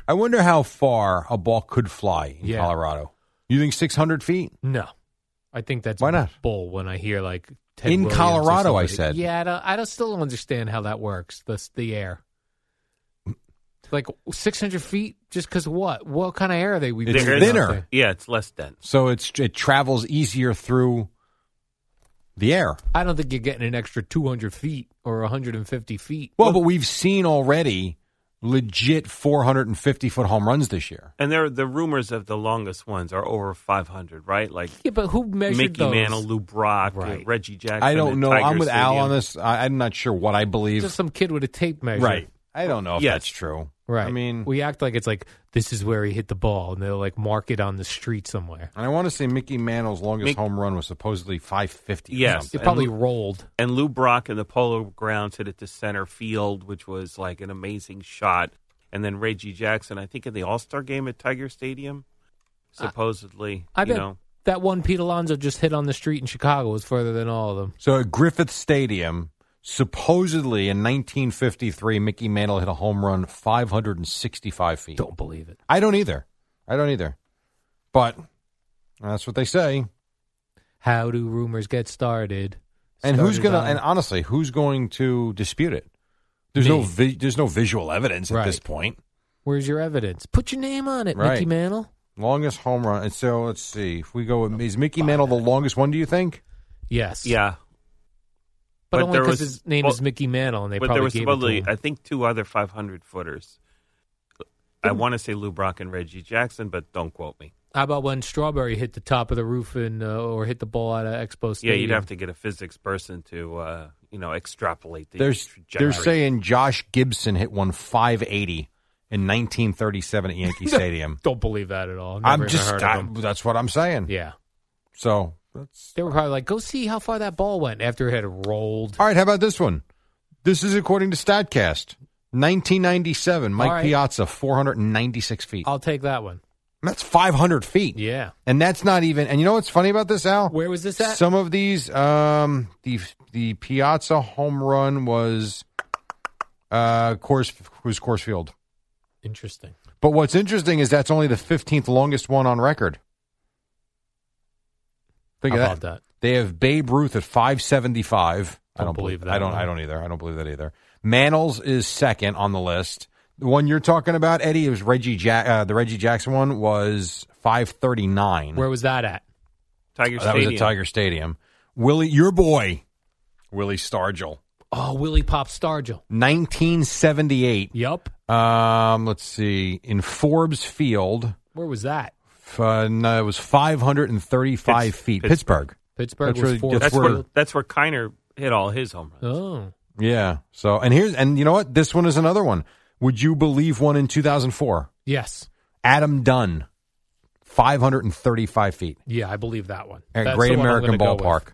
[SPEAKER 2] I wonder how far a ball could fly in
[SPEAKER 3] Yeah.
[SPEAKER 2] Colorado. You think six hundred feet?
[SPEAKER 3] No, I think that's
[SPEAKER 2] Why not?
[SPEAKER 3] bull when I hear like Ted
[SPEAKER 2] In
[SPEAKER 3] Williams or
[SPEAKER 2] Colorado, I
[SPEAKER 3] somebody.
[SPEAKER 2] said.
[SPEAKER 3] Yeah, I don't, I don't still don't understand how that works. The the air, like six hundred feet, just because what? What kind of air are they? We
[SPEAKER 2] It's
[SPEAKER 3] breathing out
[SPEAKER 2] thinner.
[SPEAKER 3] there?
[SPEAKER 6] Yeah, it's less dense.
[SPEAKER 2] So it's it travels easier through the air.
[SPEAKER 3] I don't think you're getting an extra two hundred feet or one hundred and fifty feet.
[SPEAKER 2] Well, but we've seen already legit 450 foot home runs this year.
[SPEAKER 6] And there the rumors of the longest ones are over 500, right? Like
[SPEAKER 3] yeah, but who measured
[SPEAKER 6] Mickey
[SPEAKER 3] those?
[SPEAKER 6] Mantle, Lou Brock, uh,
[SPEAKER 3] Right.
[SPEAKER 6] Reggie Jackson.
[SPEAKER 2] I don't
[SPEAKER 6] at
[SPEAKER 2] know.
[SPEAKER 6] Tiger
[SPEAKER 2] I'm with Al
[SPEAKER 6] Stadium.
[SPEAKER 2] on this. I, I'm not sure what I believe.
[SPEAKER 3] Just some kid with a tape measure,
[SPEAKER 2] right. I don't know if
[SPEAKER 6] Yes.
[SPEAKER 2] that's true.
[SPEAKER 3] Right.
[SPEAKER 2] I mean,
[SPEAKER 3] we act like it's like this is where he hit the ball, and they'll like mark it on the street somewhere.
[SPEAKER 2] and I want to say Mickey Mantle's longest
[SPEAKER 6] Mick-
[SPEAKER 2] home run was supposedly 550. or
[SPEAKER 6] Yes.
[SPEAKER 2] something.
[SPEAKER 3] It
[SPEAKER 6] And-
[SPEAKER 3] probably rolled.
[SPEAKER 6] And Lou Brock and the Polo Grounds hit it to center field, which was like an amazing shot. And then Reggie Jackson, I think in the All Star game at Tiger Stadium, supposedly,
[SPEAKER 3] I
[SPEAKER 6] you
[SPEAKER 3] bet
[SPEAKER 6] know,
[SPEAKER 3] that one Pete Alonso just hit on the street in Chicago was further than all of them.
[SPEAKER 2] So at Griffith Stadium, supposedly in 1953, Mickey Mantle hit a home run 565 feet.
[SPEAKER 3] Don't believe it.
[SPEAKER 2] I don't either. I don't either. But that's what they say.
[SPEAKER 3] How do rumors get started?
[SPEAKER 2] And who's
[SPEAKER 3] Started
[SPEAKER 2] gonna?
[SPEAKER 3] on-
[SPEAKER 2] And honestly, who's going to dispute it? There's no
[SPEAKER 3] Me.
[SPEAKER 2] vi- there's no visual evidence at
[SPEAKER 3] Right.
[SPEAKER 2] this point.
[SPEAKER 3] where's your evidence? Put your name on it,
[SPEAKER 2] Right.
[SPEAKER 3] Mickey Mantle.
[SPEAKER 2] Longest home run. And so let's see. If we go, with, is Mickey Mantle the longest one? Do you think?
[SPEAKER 3] Yes.
[SPEAKER 6] yeah.
[SPEAKER 3] But,
[SPEAKER 6] But
[SPEAKER 3] only
[SPEAKER 6] there
[SPEAKER 3] because
[SPEAKER 6] was-
[SPEAKER 3] his name
[SPEAKER 6] well,
[SPEAKER 3] is Mickey Mantle, and they
[SPEAKER 6] but
[SPEAKER 3] probably
[SPEAKER 6] there was
[SPEAKER 3] gave it to
[SPEAKER 6] supposedly,
[SPEAKER 3] him.
[SPEAKER 6] I think, two other 500 footers. I want to say Lou Brock and Reggie Jackson, but don't quote me.
[SPEAKER 3] How about when Strawberry hit the top of the roof and uh, or hit the ball out of Expo
[SPEAKER 6] Yeah,
[SPEAKER 3] Stadium?
[SPEAKER 6] you'd have to get a physics person to uh, you know extrapolate the
[SPEAKER 2] There's, they're
[SPEAKER 6] trajectory.
[SPEAKER 2] saying Josh Gibson hit one 580 in 1937 at Yankee Stadium.
[SPEAKER 3] Don't believe that at all. Never
[SPEAKER 2] I'm
[SPEAKER 3] even
[SPEAKER 2] just,
[SPEAKER 3] heard of
[SPEAKER 2] I,
[SPEAKER 3] him.
[SPEAKER 2] that's what I'm saying.
[SPEAKER 3] yeah.
[SPEAKER 2] So that's
[SPEAKER 3] They were probably like, "Go see how far that ball went after it had rolled."
[SPEAKER 2] all right. How about this one? This is according to Statcast. 1997, Mike
[SPEAKER 3] All right.
[SPEAKER 2] Piazza, 496 feet.
[SPEAKER 3] I'll take that one.
[SPEAKER 2] that's 500 feet.
[SPEAKER 3] Yeah.
[SPEAKER 2] And that's not even. And you know what's funny about this, Al?
[SPEAKER 3] Where was this at?
[SPEAKER 2] Some of these, um, the the Piazza home run was, uh, course was course field.
[SPEAKER 3] Interesting.
[SPEAKER 2] But what's interesting is that's only the 15th longest one on record. Think
[SPEAKER 3] How
[SPEAKER 2] of
[SPEAKER 3] about that?
[SPEAKER 2] They have Babe Ruth at 575. I
[SPEAKER 3] Don't
[SPEAKER 2] don't believe
[SPEAKER 3] believe
[SPEAKER 2] I
[SPEAKER 3] that
[SPEAKER 2] don't.
[SPEAKER 3] one.
[SPEAKER 2] I don't either. I don't believe that either. Mantles is second on the list. The one you're talking about, Eddie, it was Reggie Jack. Uh, the Reggie Jackson one was 539.
[SPEAKER 3] Where was that at?
[SPEAKER 6] Tiger
[SPEAKER 2] Oh, that was
[SPEAKER 6] Stadium.
[SPEAKER 2] at Tiger Stadium. Willie, your boy, Willie Stargell,
[SPEAKER 3] Oh, Willie Pop Stargell.
[SPEAKER 2] 1978.
[SPEAKER 3] Yup.
[SPEAKER 2] Um, let's see, in Forbes Field,
[SPEAKER 3] Where was that?
[SPEAKER 2] f- uh, no, it was 535
[SPEAKER 6] Pitts-
[SPEAKER 2] feet.
[SPEAKER 6] Pittsburgh.
[SPEAKER 2] Pittsburgh.
[SPEAKER 3] Pittsburgh
[SPEAKER 2] That's
[SPEAKER 3] was
[SPEAKER 2] really-
[SPEAKER 3] fourth.
[SPEAKER 6] That's
[SPEAKER 2] where-
[SPEAKER 6] where that's where Kiner hit all his home runs.
[SPEAKER 3] Oh,
[SPEAKER 2] Yeah. So, and here's, and you know what? This one is another one. Would you believe one in 2004?
[SPEAKER 3] yes.
[SPEAKER 2] Adam Dunn, 535 feet
[SPEAKER 3] Yeah, I believe that one.
[SPEAKER 2] at
[SPEAKER 3] That's
[SPEAKER 2] Great
[SPEAKER 3] the one I'm
[SPEAKER 2] American
[SPEAKER 3] gonna go with.
[SPEAKER 2] Ballpark.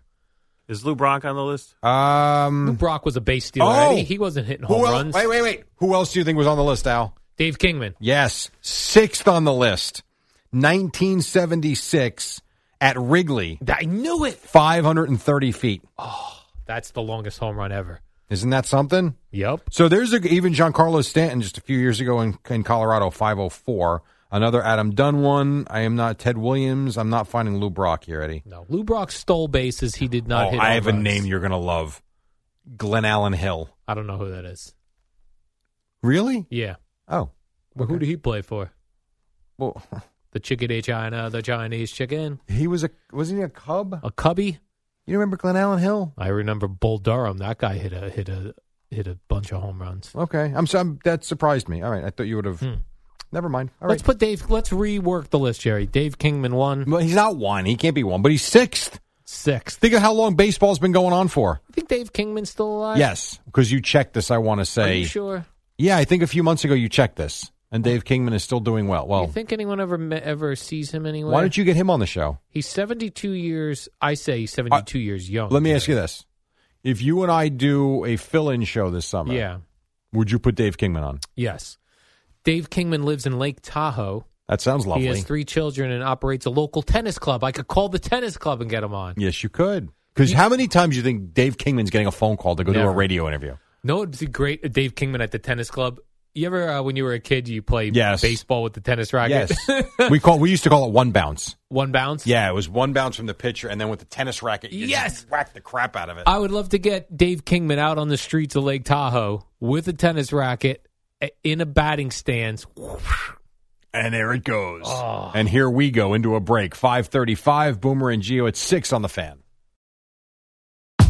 [SPEAKER 6] Is Lou Brock on the list?
[SPEAKER 3] Lou
[SPEAKER 2] Um,
[SPEAKER 3] Brock was a base stealer.
[SPEAKER 2] Oh!
[SPEAKER 3] Eddie. He wasn't hitting home
[SPEAKER 2] who else?
[SPEAKER 3] runs.
[SPEAKER 2] Wait, wait, wait. Who else do you think was on the list, Al?
[SPEAKER 3] Dave Kingman.
[SPEAKER 2] Yes, sixth on the list. 1976 at Wrigley,
[SPEAKER 3] I knew it.
[SPEAKER 2] 530 feet.
[SPEAKER 3] That's the longest home run ever.
[SPEAKER 2] Isn't that something?
[SPEAKER 3] Yep.
[SPEAKER 2] So there's a, even Giancarlo Stanton just a few years ago in, in Colorado, 504. Another Adam Dunn one. I am not Ted Williams. I'm not finding Lou Brock here, Eddie.
[SPEAKER 3] No, Lou Brock stole bases. He did not
[SPEAKER 2] Oh,
[SPEAKER 3] hit.
[SPEAKER 2] I
[SPEAKER 3] home
[SPEAKER 2] have a
[SPEAKER 3] runs.
[SPEAKER 2] name you're going to love Glenn Allen Hill.
[SPEAKER 3] I don't know who that is.
[SPEAKER 2] Really?
[SPEAKER 3] Yeah.
[SPEAKER 2] Oh,
[SPEAKER 3] But Who did he play for?
[SPEAKER 2] well,
[SPEAKER 3] The Chickadee China, the Chinese chicken,
[SPEAKER 2] he was a, wasn't he a Cub?
[SPEAKER 3] a cubby.
[SPEAKER 2] You remember Glenn Allen Hill?
[SPEAKER 3] I remember Bull Durham. That guy hit a hit a hit a bunch of home runs.
[SPEAKER 2] Okay. I'm, so- I'm that surprised me. All right. I thought you would have. Never mind. All right.
[SPEAKER 3] Hmm. Let's put Dave. Let's rework the list, Jerry. Dave Kingman one
[SPEAKER 2] Well, he's not one. He can't be one, but he's sixth.
[SPEAKER 3] sixth.
[SPEAKER 2] Think of how long baseball's been going on for.
[SPEAKER 3] You think Dave Kingman's still alive?
[SPEAKER 2] yes, because you checked this. I want to
[SPEAKER 3] Are
[SPEAKER 2] say,
[SPEAKER 3] you sure?
[SPEAKER 2] yeah, I think a few months ago you checked this, and Dave Kingman is still doing well.
[SPEAKER 3] Do
[SPEAKER 2] Well,
[SPEAKER 3] you think anyone ever me- ever sees him anywhere?
[SPEAKER 2] why don't you get him on the show?
[SPEAKER 3] He's seventy two years. I say he's seventy two years young.
[SPEAKER 2] Uh, Let me ask you this: If you and I do a fill-in show this summer,
[SPEAKER 3] Yeah.
[SPEAKER 2] would you put Dave Kingman on?
[SPEAKER 3] Yes. Dave Kingman lives in Lake Tahoe.
[SPEAKER 2] That sounds lovely.
[SPEAKER 3] He has three children and operates a local tennis club. I could call the tennis club and get him on.
[SPEAKER 2] yes, you could. Because how many times do you think Dave Kingman's getting a phone call to go do a
[SPEAKER 3] Never.
[SPEAKER 2] radio interview?
[SPEAKER 3] No, it'd be great. uh, Dave Kingman at the tennis club. You ever, uh, when you were a kid, you play
[SPEAKER 2] Yes.
[SPEAKER 3] baseball with the tennis racket?
[SPEAKER 2] Yes, we call we used to call it one bounce.
[SPEAKER 3] One bounce?
[SPEAKER 2] Yeah, it was one bounce from the pitcher, and then with the tennis racket, you
[SPEAKER 3] Yes!
[SPEAKER 2] just whack the crap out of it.
[SPEAKER 3] I would love to get Dave Kingman out on the streets of Lake Tahoe with a tennis racket uh, in a batting stance.
[SPEAKER 2] And there it goes. And here we go into a break. 535, Boomer and Geo at 6 on the fan.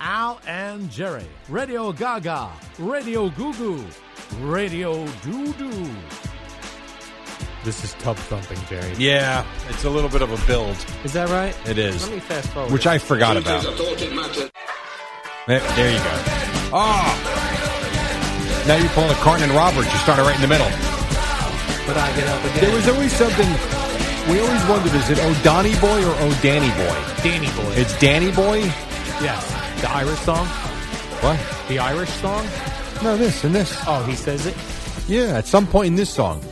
[SPEAKER 1] Al and Jerry, Radio Gaga, Radio Goo Goo, Radio Doo Doo.
[SPEAKER 3] This is tub thumping, Jerry.
[SPEAKER 2] Yeah, it's a little bit of a build,
[SPEAKER 3] Is that right?
[SPEAKER 2] It is.
[SPEAKER 3] Let me fast forward.
[SPEAKER 2] which I forgot about. There, there you go. Oh! Now you're pulling a Carton and Roberts. You started right in the middle.
[SPEAKER 3] But I get up again.
[SPEAKER 2] There was always something. We always wondered is it O'Donny Boy or O'Danny Boy?
[SPEAKER 3] Danny Boy.
[SPEAKER 2] It's Danny Boy?
[SPEAKER 3] yes. The Irish song?
[SPEAKER 2] What?
[SPEAKER 3] The Irish song?
[SPEAKER 2] No, this and this.
[SPEAKER 3] Oh, he says it?
[SPEAKER 2] Yeah, at some point in this song.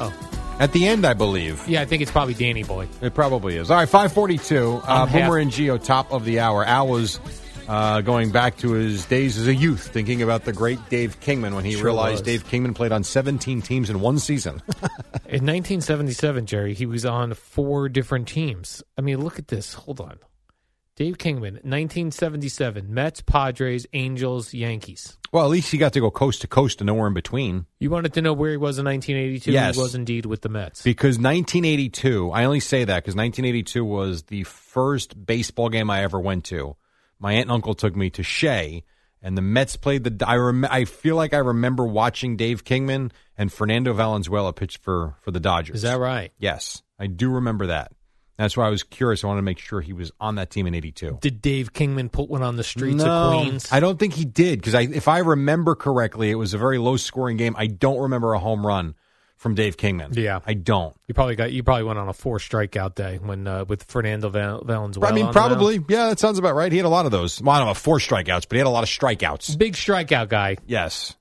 [SPEAKER 3] Oh.
[SPEAKER 2] At the end, I believe.
[SPEAKER 3] Yeah, I think it's probably Danny Boy.
[SPEAKER 2] It probably is. All right, 542. Uh,
[SPEAKER 3] I'm half-
[SPEAKER 2] Boomer and Geo, top of the hour. Al was uh, going back to his days as a youth, thinking about the great Dave Kingman when he
[SPEAKER 3] Sure
[SPEAKER 2] realized
[SPEAKER 3] was.
[SPEAKER 2] Dave Kingman played on 17 teams in one season.
[SPEAKER 3] In 1977, Jerry, he was on four different teams. I mean, look at this. Hold on. Dave Kingman, 1977, Mets, Padres, Angels, Yankees.
[SPEAKER 2] Well, at least he got to go coast to coast and nowhere in between.
[SPEAKER 3] You wanted to know where he was in 1982?
[SPEAKER 2] Yes.
[SPEAKER 3] He was indeed with the Mets.
[SPEAKER 2] Because 1982, I only say that because 1982 was the first baseball game I ever went to. My aunt and uncle took me to Shea, and the Mets played the. I rem, I feel like I remember watching Dave Kingman and Fernando Valenzuela pitch for for the Dodgers.
[SPEAKER 3] Is that right?
[SPEAKER 2] Yes, I do remember that. That's why I was curious. I wanted to make sure he was on that team in '82.
[SPEAKER 3] Did Dave Kingman put one on the streets
[SPEAKER 2] No,
[SPEAKER 3] of Queens?
[SPEAKER 2] I don't think he did because I, if I remember correctly, it was a very low scoring game. I don't remember a home run from Dave Kingman.
[SPEAKER 3] Yeah.
[SPEAKER 2] I don't.
[SPEAKER 3] You probably got. You probably went on a four strikeout day when uh, with Fernando Val- Valenzuela.
[SPEAKER 2] I
[SPEAKER 3] on
[SPEAKER 2] mean,
[SPEAKER 3] the
[SPEAKER 2] probably. Yeah, that sounds about right. He had a lot of those. Well, I don't know, four strikeouts, but he had a lot of
[SPEAKER 3] mound.
[SPEAKER 2] strikeouts.
[SPEAKER 3] big strikeout guy.
[SPEAKER 2] Yes.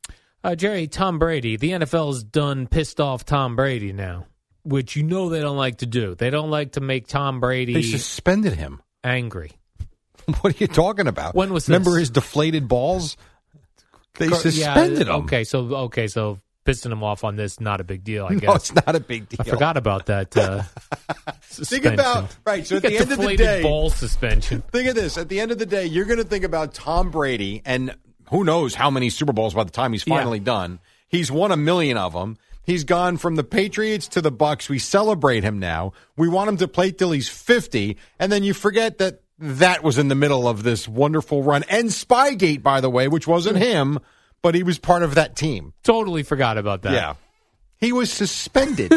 [SPEAKER 3] Uh, Jerry, Tom Brady. The NFL's done pissed off Tom Brady now, which you know they don't like to do. They don't like to make Tom Brady
[SPEAKER 2] They suspended him.
[SPEAKER 3] angry.
[SPEAKER 2] What are you talking about?
[SPEAKER 3] When was
[SPEAKER 2] Remember
[SPEAKER 3] this?
[SPEAKER 2] his deflated balls? They
[SPEAKER 3] Cor-
[SPEAKER 2] suspended
[SPEAKER 3] yeah,
[SPEAKER 2] him.
[SPEAKER 3] Okay, so okay, so pissing him off on this not a big deal. I
[SPEAKER 2] No,
[SPEAKER 3] guess
[SPEAKER 2] it's not a big deal.
[SPEAKER 3] I forgot about that. Uh,
[SPEAKER 2] Think about-
[SPEAKER 3] suspension.
[SPEAKER 2] right, so
[SPEAKER 3] He
[SPEAKER 2] at the
[SPEAKER 3] got
[SPEAKER 2] end of the
[SPEAKER 3] deflated
[SPEAKER 2] day-
[SPEAKER 3] ball suspension.
[SPEAKER 2] Think of this. At the end of the day, you're going to think about Tom Brady and who knows how many Super Bowls by the time he's
[SPEAKER 3] Yeah.
[SPEAKER 2] finally done. He's won a million of them. He's gone from the Patriots to the Bucks. We celebrate him now. We want him to play till he's 50. And then you forget that that was in the middle of this wonderful run. And Spygate, by the way, which wasn't him, but he was part of that team.
[SPEAKER 3] Totally forgot about that.
[SPEAKER 2] Yeah. He was suspended.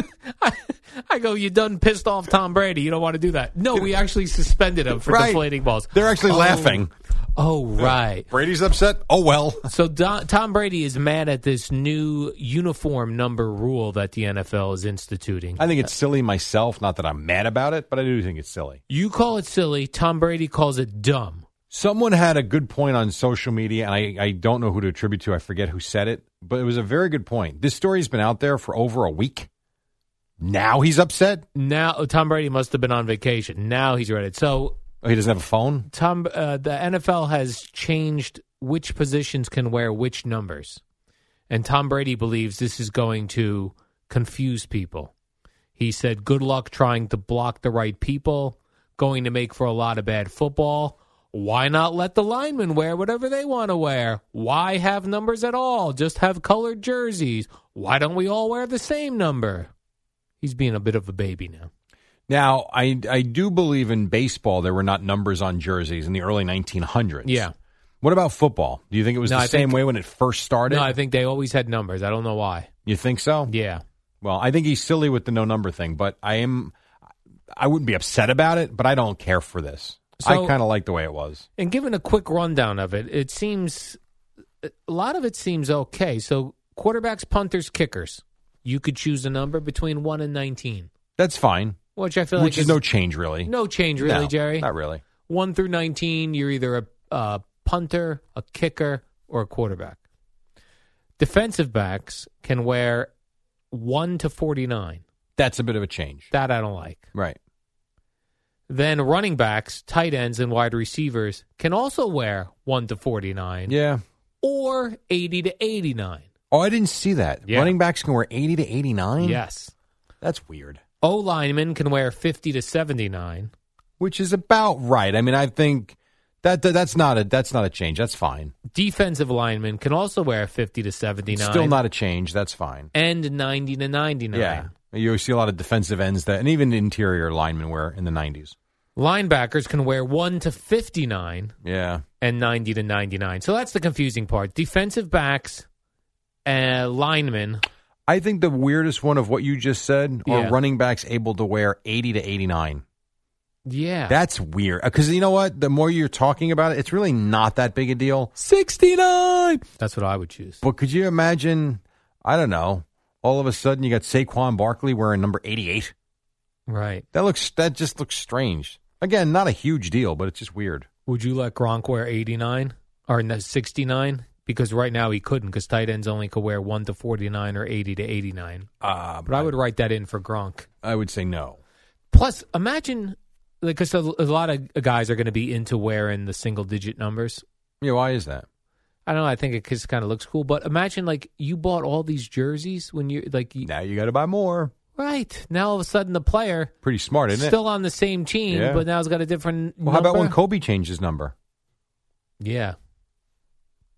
[SPEAKER 3] I go, you done pissed off Tom Brady. You don't want to do that. No, we actually suspended him for
[SPEAKER 2] Right.
[SPEAKER 3] deflating balls.
[SPEAKER 2] They're actually
[SPEAKER 3] Oh.
[SPEAKER 2] laughing.
[SPEAKER 3] Oh, right.
[SPEAKER 2] Brady's upset. Oh, well.
[SPEAKER 3] So Don, Tom Brady is mad at this new uniform number rule that the NFL is instituting.
[SPEAKER 2] I think it's silly myself. Not that I'm mad about it, but I do think it's silly.
[SPEAKER 3] You call it silly. Tom Brady calls it dumb.
[SPEAKER 2] Someone had a good point on social media, and I, I don't know who to attribute to. I forget who said it, but it was a very good point. This story's been out there for over a week. Now he's upset.
[SPEAKER 3] Now Tom Brady must have been on vacation. Now he's read it. So
[SPEAKER 2] Oh, he doesn't have a phone.
[SPEAKER 3] Tom, uh, the NFL has changed which positions can wear which numbers, and Tom Brady believes this is going to confuse people. He said, "Good luck trying to block the right people. Going to make for a lot of bad football. Why not let the linemen wear whatever they want to wear? Why have numbers at all? Just have colored jerseys. Why don't we all wear the same number?" He's being a bit of a baby now.
[SPEAKER 2] Now I I do believe in baseball. There were not numbers on jerseys in the early 1900s.
[SPEAKER 3] Yeah.
[SPEAKER 2] What about football? Do you think it was
[SPEAKER 3] No,
[SPEAKER 2] the
[SPEAKER 3] I
[SPEAKER 2] same
[SPEAKER 3] think-
[SPEAKER 2] way when it first started?
[SPEAKER 3] No, I think they always had numbers. I don't know why.
[SPEAKER 2] you think so?
[SPEAKER 3] Yeah.
[SPEAKER 2] Well, I think he's silly with the no number thing, but I am. I wouldn't be upset about it, but I don't care for this.
[SPEAKER 3] So-
[SPEAKER 2] I kind of like the way it was.
[SPEAKER 3] And given a quick rundown of it, it seems a lot of it seems okay. So quarterbacks, punters, kickers, you could choose a number between one and nineteen,
[SPEAKER 2] That's fine.
[SPEAKER 3] which I feel
[SPEAKER 2] Which
[SPEAKER 3] like
[SPEAKER 2] is no change, really.
[SPEAKER 3] no change really,
[SPEAKER 2] No,
[SPEAKER 3] Jerry.
[SPEAKER 2] Not really.
[SPEAKER 3] One through nineteen, you're either a, a punter, a kicker, or a quarterback. Defensive backs can wear one to forty nine.
[SPEAKER 2] That's a bit of a change.
[SPEAKER 3] That I don't like.
[SPEAKER 2] Right.
[SPEAKER 3] Then running backs, tight ends, and wide receivers can also wear one to forty nine.
[SPEAKER 2] Yeah.
[SPEAKER 3] or 80 to 89.
[SPEAKER 2] Oh, I didn't see that.
[SPEAKER 3] Yeah.
[SPEAKER 2] Running backs can wear 80 to 89?
[SPEAKER 3] Yes.
[SPEAKER 2] That's weird.
[SPEAKER 3] O linemen can wear 50 to 79.
[SPEAKER 2] Which is about right. I mean, I think that, that that's not a that's not a change. That's fine.
[SPEAKER 3] Defensive linemen can also wear 50 to 79.
[SPEAKER 2] Still not a change. That's fine.
[SPEAKER 3] And 90 to 99.
[SPEAKER 2] Yeah. You see a lot of defensive ends that and even interior linemen wear in the 90s.
[SPEAKER 3] Linebackers can wear 1 to 59
[SPEAKER 2] Yeah.
[SPEAKER 3] and 90 to 99. So that's the confusing part. Defensive backs, uh, linemen.
[SPEAKER 2] I think the weirdest one of what you just said are
[SPEAKER 3] Yeah.
[SPEAKER 2] running backs able to wear 80 to 89.
[SPEAKER 3] Yeah.
[SPEAKER 2] That's weird. Because you know what? The more you're talking about it, it's really not that big a deal.
[SPEAKER 3] 69. That's what I would choose.
[SPEAKER 2] But could you imagine? I don't know. All of a sudden, you got Saquon Barkley wearing number eighty-eight.
[SPEAKER 3] Right.
[SPEAKER 2] That looks. That just looks strange. Again, not a huge deal, but it's just weird.
[SPEAKER 3] Would you let Gronk wear 89 or no, 69? Because right now he couldn't because tight ends only could wear 1 to 49 or 80 to 89.
[SPEAKER 2] Uh,
[SPEAKER 3] But I would write that in for Gronk.
[SPEAKER 2] I would say no.
[SPEAKER 3] Plus, imagine, because a, a lot of guys are going to be into wearing the single digit numbers.
[SPEAKER 2] Yeah, why is that?
[SPEAKER 3] I don't know. I think it just kind of looks cool. But imagine, like, you bought all these jerseys when you're, like, you,
[SPEAKER 2] Now you got to buy more.
[SPEAKER 3] Right. Now all of a sudden the player
[SPEAKER 2] Pretty smart, isn't
[SPEAKER 3] still on the same team,
[SPEAKER 2] Yeah.
[SPEAKER 3] but now he's got a different
[SPEAKER 2] it? Well, how about when
[SPEAKER 3] number.
[SPEAKER 2] Kobe changed his number?
[SPEAKER 3] Yeah.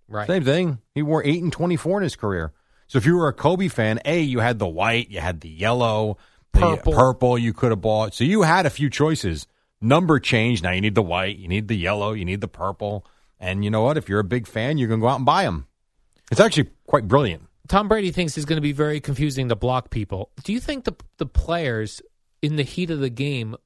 [SPEAKER 3] Right.
[SPEAKER 2] Same thing. He wore eight and twenty-four in his career. So if you were a Kobe fan, a you had the white, you had the yellow, the
[SPEAKER 3] Purple.
[SPEAKER 2] purple. You could have bought. So you had a few choices. Number change. Now you need the white, you need the yellow, you need the purple. And you know what? If you're a big fan, you can go out and buy them. It's actually quite brilliant.
[SPEAKER 3] Tom Brady thinks it's going to be very confusing to block people. Do you think the the players in the heat of the game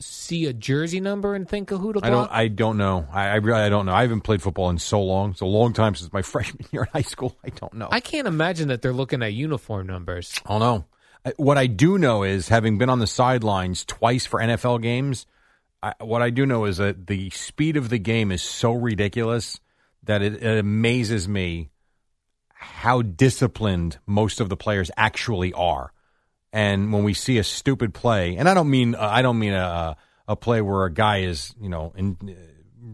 [SPEAKER 3] see a jersey number and think of who to block?
[SPEAKER 2] I don't. I don't know. I, I really. I don't know. I haven't played football in so long. It's a long time since my freshman year in high school. I don't know.
[SPEAKER 3] I can't imagine that they're looking at uniform numbers.
[SPEAKER 2] I don't know. I, what I do know is, having been on the sidelines twice for NFL games, I, what I do know is that the speed of the game is so ridiculous that it, it amazes me how disciplined most of the players actually are. And when we see a stupid play, and I don't mean I don't mean a a play where a guy is you know in,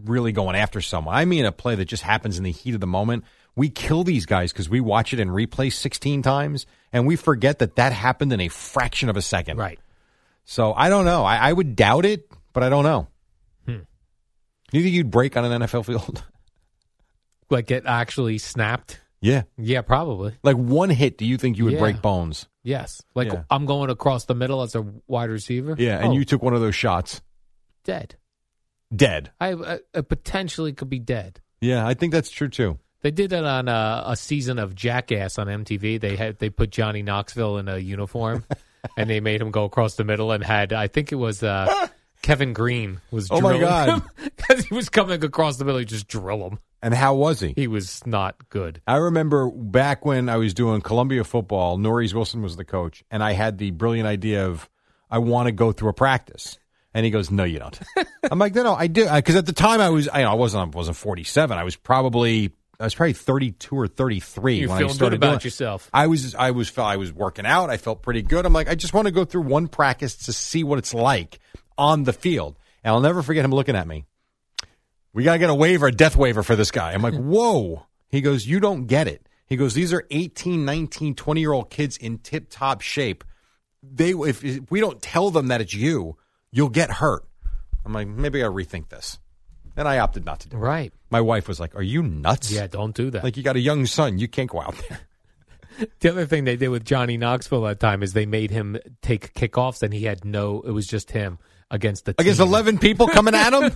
[SPEAKER 2] really going after someone. I mean a play that just happens in the heat of the moment. We kill these guys because we watch it in replay 16 times and we forget that that happened in a fraction of a second.
[SPEAKER 3] Right.
[SPEAKER 2] So I don't know. I, I would doubt it, but I don't know. Do You think you'd break on an NFL field?
[SPEAKER 3] Like it actually snapped.
[SPEAKER 2] yeah.
[SPEAKER 3] Yeah, probably.
[SPEAKER 2] Like one hit, do you think you would
[SPEAKER 3] Yeah.
[SPEAKER 2] break bones?
[SPEAKER 3] Yes. Like
[SPEAKER 2] Yeah.
[SPEAKER 3] I'm going across the middle as a wide receiver.
[SPEAKER 2] Yeah. And
[SPEAKER 3] Oh,
[SPEAKER 2] you took one of those shots,
[SPEAKER 3] dead.
[SPEAKER 2] dead.
[SPEAKER 3] I, I, I potentially could be dead.
[SPEAKER 2] Yeah, I think that's true too.
[SPEAKER 3] They did it on a, a season of Jackass on MTV. They had they put Johnny Knoxville in a uniform, and they made him go across the middle and had I think it was uh, Kevin Green was
[SPEAKER 2] Oh, my
[SPEAKER 3] drilling
[SPEAKER 2] God.
[SPEAKER 3] because he was coming across the middle. You just drill him.
[SPEAKER 2] And how was he?
[SPEAKER 3] He was not good.
[SPEAKER 2] I remember back when I was doing Columbia football, Norris Wilson was the coach, and I had the brilliant idea of I want to go through a practice. And he goes, "No, you don't." I'm like, "No, no, I do," because at the time I was, I, I wasn't, I wasn't 47. I was probably, I was probably 32 or 33
[SPEAKER 3] You
[SPEAKER 2] when I
[SPEAKER 3] feel good
[SPEAKER 2] started
[SPEAKER 3] about
[SPEAKER 2] doing it.
[SPEAKER 3] yourself.
[SPEAKER 2] I was, I was, I was working out. I felt pretty good. I'm like, I just want to go through one practice to see what it's like on the field. And I'll never forget him looking at me. We got to get a waiver, a death waiver for this guy. I'm like, whoa. He goes, you don't get it. He goes, these are 18, 19, 20 year old kids in tip top shape. They, if, if we don't tell them that it's you, you'll get hurt. I'm like, maybe I'll rethink this. And I opted not to do it.
[SPEAKER 3] Right?
[SPEAKER 2] My wife was like, are you nuts?
[SPEAKER 3] Yeah, don't do that.
[SPEAKER 2] Like, you got a young son. You can't go out there.
[SPEAKER 3] the other thing they did with Johnny Knoxville that time is they made him take kickoffs, and he had no. It was just him against the
[SPEAKER 2] against
[SPEAKER 3] team.
[SPEAKER 2] 11 people coming at him?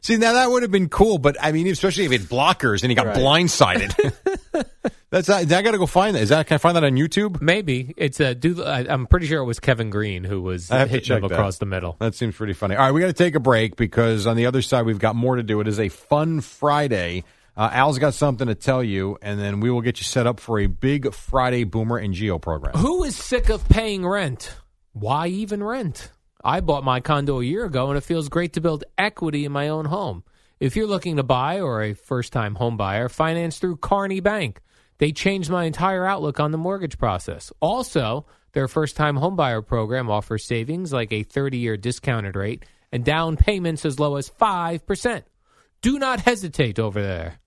[SPEAKER 2] See, now that would have been cool, but I mean, especially if he had blockers and he got blindsided. That's not, I got to go find that. Is that can I find that on YouTube?
[SPEAKER 3] Maybe it's a do. I, I'm pretty sure it was Kevin Green who was
[SPEAKER 2] I have to
[SPEAKER 3] hitting him
[SPEAKER 2] check that.
[SPEAKER 3] across the middle.
[SPEAKER 2] That seems pretty funny. All right, we got to take a break because on the other side we've got more to do. It is a fun Friday. Uh, Al's got something to tell you, and then we will get you set up for a big Friday Boomer and Geo program.
[SPEAKER 3] Who is sick of paying rent? Why even rent? I bought my condo a year ago, and it feels great to build equity in my own home. If you're looking to buy or a first-time home buyer, finance through Carney Bank. They changed my entire outlook on the mortgage process. Also, their first-time homebuyer program offers savings like a 30-year discounted rate and down payments as low as 5%. Do not hesitate over there.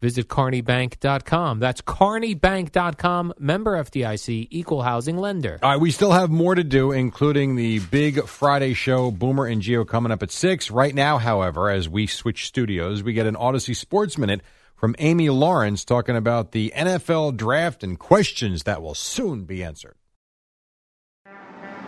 [SPEAKER 3] Visit carneybank.com. That's carneybank.com, member FDIC, equal housing lender.
[SPEAKER 2] All right, we still have more to do, including the big Friday show, Boomer and Geo, coming up at 6. Right now, however, as we switch studios, we get an Odyssey Sports Minute from Amy Lawrence talking about the NFL draft and questions that will soon be answered.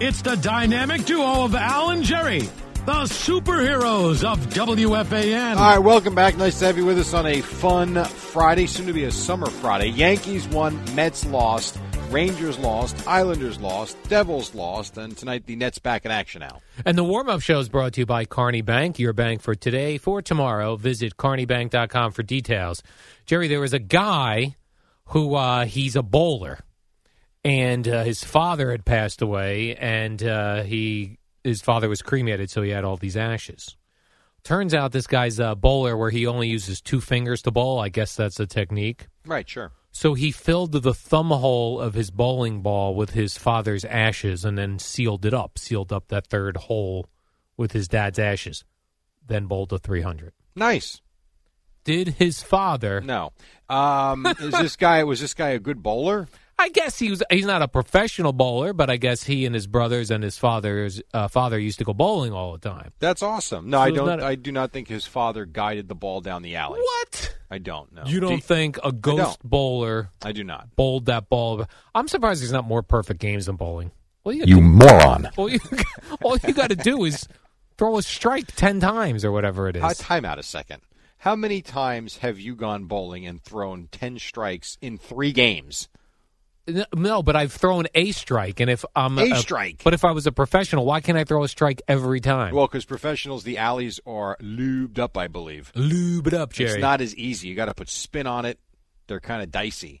[SPEAKER 1] It's the dynamic duo of Al and Jerry, the superheroes of WFAN.
[SPEAKER 2] All right, welcome back. Nice to have you with us on a fun Friday, soon to be a summer Friday. Yankees won, Mets lost. Rangers lost, Islanders lost, Devils lost, and tonight the Nets back in action now.
[SPEAKER 3] And the warm up show is brought to you by Carney Bank, your bank for today, for tomorrow. Visit carneybank.com for details. Jerry, there was a guy who uh, he's a bowler, and uh, his father had passed away, and uh, he his father was cremated, so he had all these ashes. Turns out this guy's a bowler where he only uses two fingers to bowl. I guess that's a technique.
[SPEAKER 2] Right, sure.
[SPEAKER 3] So he filled the thumb hole of his bowling ball with his father's ashes and then sealed it up, sealed up that third hole with his dad's ashes, then bowled a 300.
[SPEAKER 2] Nice.
[SPEAKER 3] Did his father?
[SPEAKER 2] No. Um, is this guy was this guy a good bowler?
[SPEAKER 3] I guess he was. He's not a professional bowler, but I guess he and his brothers and his father's uh, father used to go bowling all the time.
[SPEAKER 2] That's awesome. No,
[SPEAKER 3] So
[SPEAKER 2] I
[SPEAKER 3] it's
[SPEAKER 2] don't.
[SPEAKER 3] not
[SPEAKER 2] I
[SPEAKER 3] a-
[SPEAKER 2] do not think his father guided the ball down the alley.
[SPEAKER 3] What?
[SPEAKER 2] I don't know.
[SPEAKER 3] you don't think a ghost bowler
[SPEAKER 2] I do not.
[SPEAKER 3] bowled that ball? I'm surprised there's not more perfect games than bowling. Well,
[SPEAKER 2] You moron.
[SPEAKER 3] All you, all you got to do is throw a strike ten times or whatever it is.
[SPEAKER 2] Uh, time out a second. How many times have you gone bowling and thrown ten strikes in three games?
[SPEAKER 3] N- No, but I've thrown a strike, and if I'm
[SPEAKER 2] A strike.
[SPEAKER 3] Um, uh, but if I was a professional, why can't I throw a strike every time?
[SPEAKER 2] Well, because professionals, the alleys are lubed up. I believe
[SPEAKER 3] Lube it up, Jerry.
[SPEAKER 2] it's not as easy. You got to put spin on it. They're kind of dicey,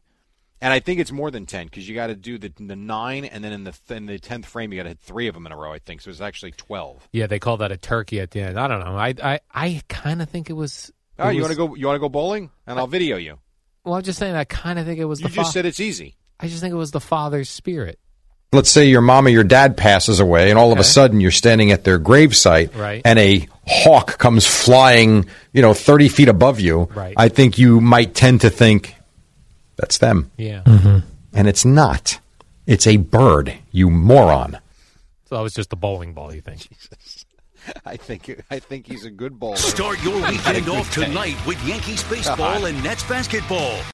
[SPEAKER 2] and I think it's more than ten because you got to do the, the nine, and then in the th- in the tenth frame, you got to hit three of them in a row. I think so. It's actually twelve.
[SPEAKER 3] yeah, they call that a turkey at the end. I don't know. I I, I kind of think it was. it
[SPEAKER 2] All right, you want
[SPEAKER 3] was-
[SPEAKER 2] to go? You want to go bowling? And I'll video you.
[SPEAKER 3] Well, I'm just saying. I kind of think it was.
[SPEAKER 2] You
[SPEAKER 3] the
[SPEAKER 2] just
[SPEAKER 3] fa-
[SPEAKER 2] said it's easy.
[SPEAKER 3] I just think it was the father's spirit.
[SPEAKER 2] let's say your mom or your dad passes away and all of a sudden you're standing at their gravesite
[SPEAKER 3] Right.
[SPEAKER 2] and a hawk comes flying you know 30 feet above you
[SPEAKER 3] Right.
[SPEAKER 2] i think you might tend to think that's them
[SPEAKER 3] Yeah.
[SPEAKER 2] and it's not it's a bird you moron
[SPEAKER 3] So that was just the bowling ball. You think?
[SPEAKER 2] i think i think he's a good bowler
[SPEAKER 7] Start your weekend off tonight with Yankees baseball and Nets basketball.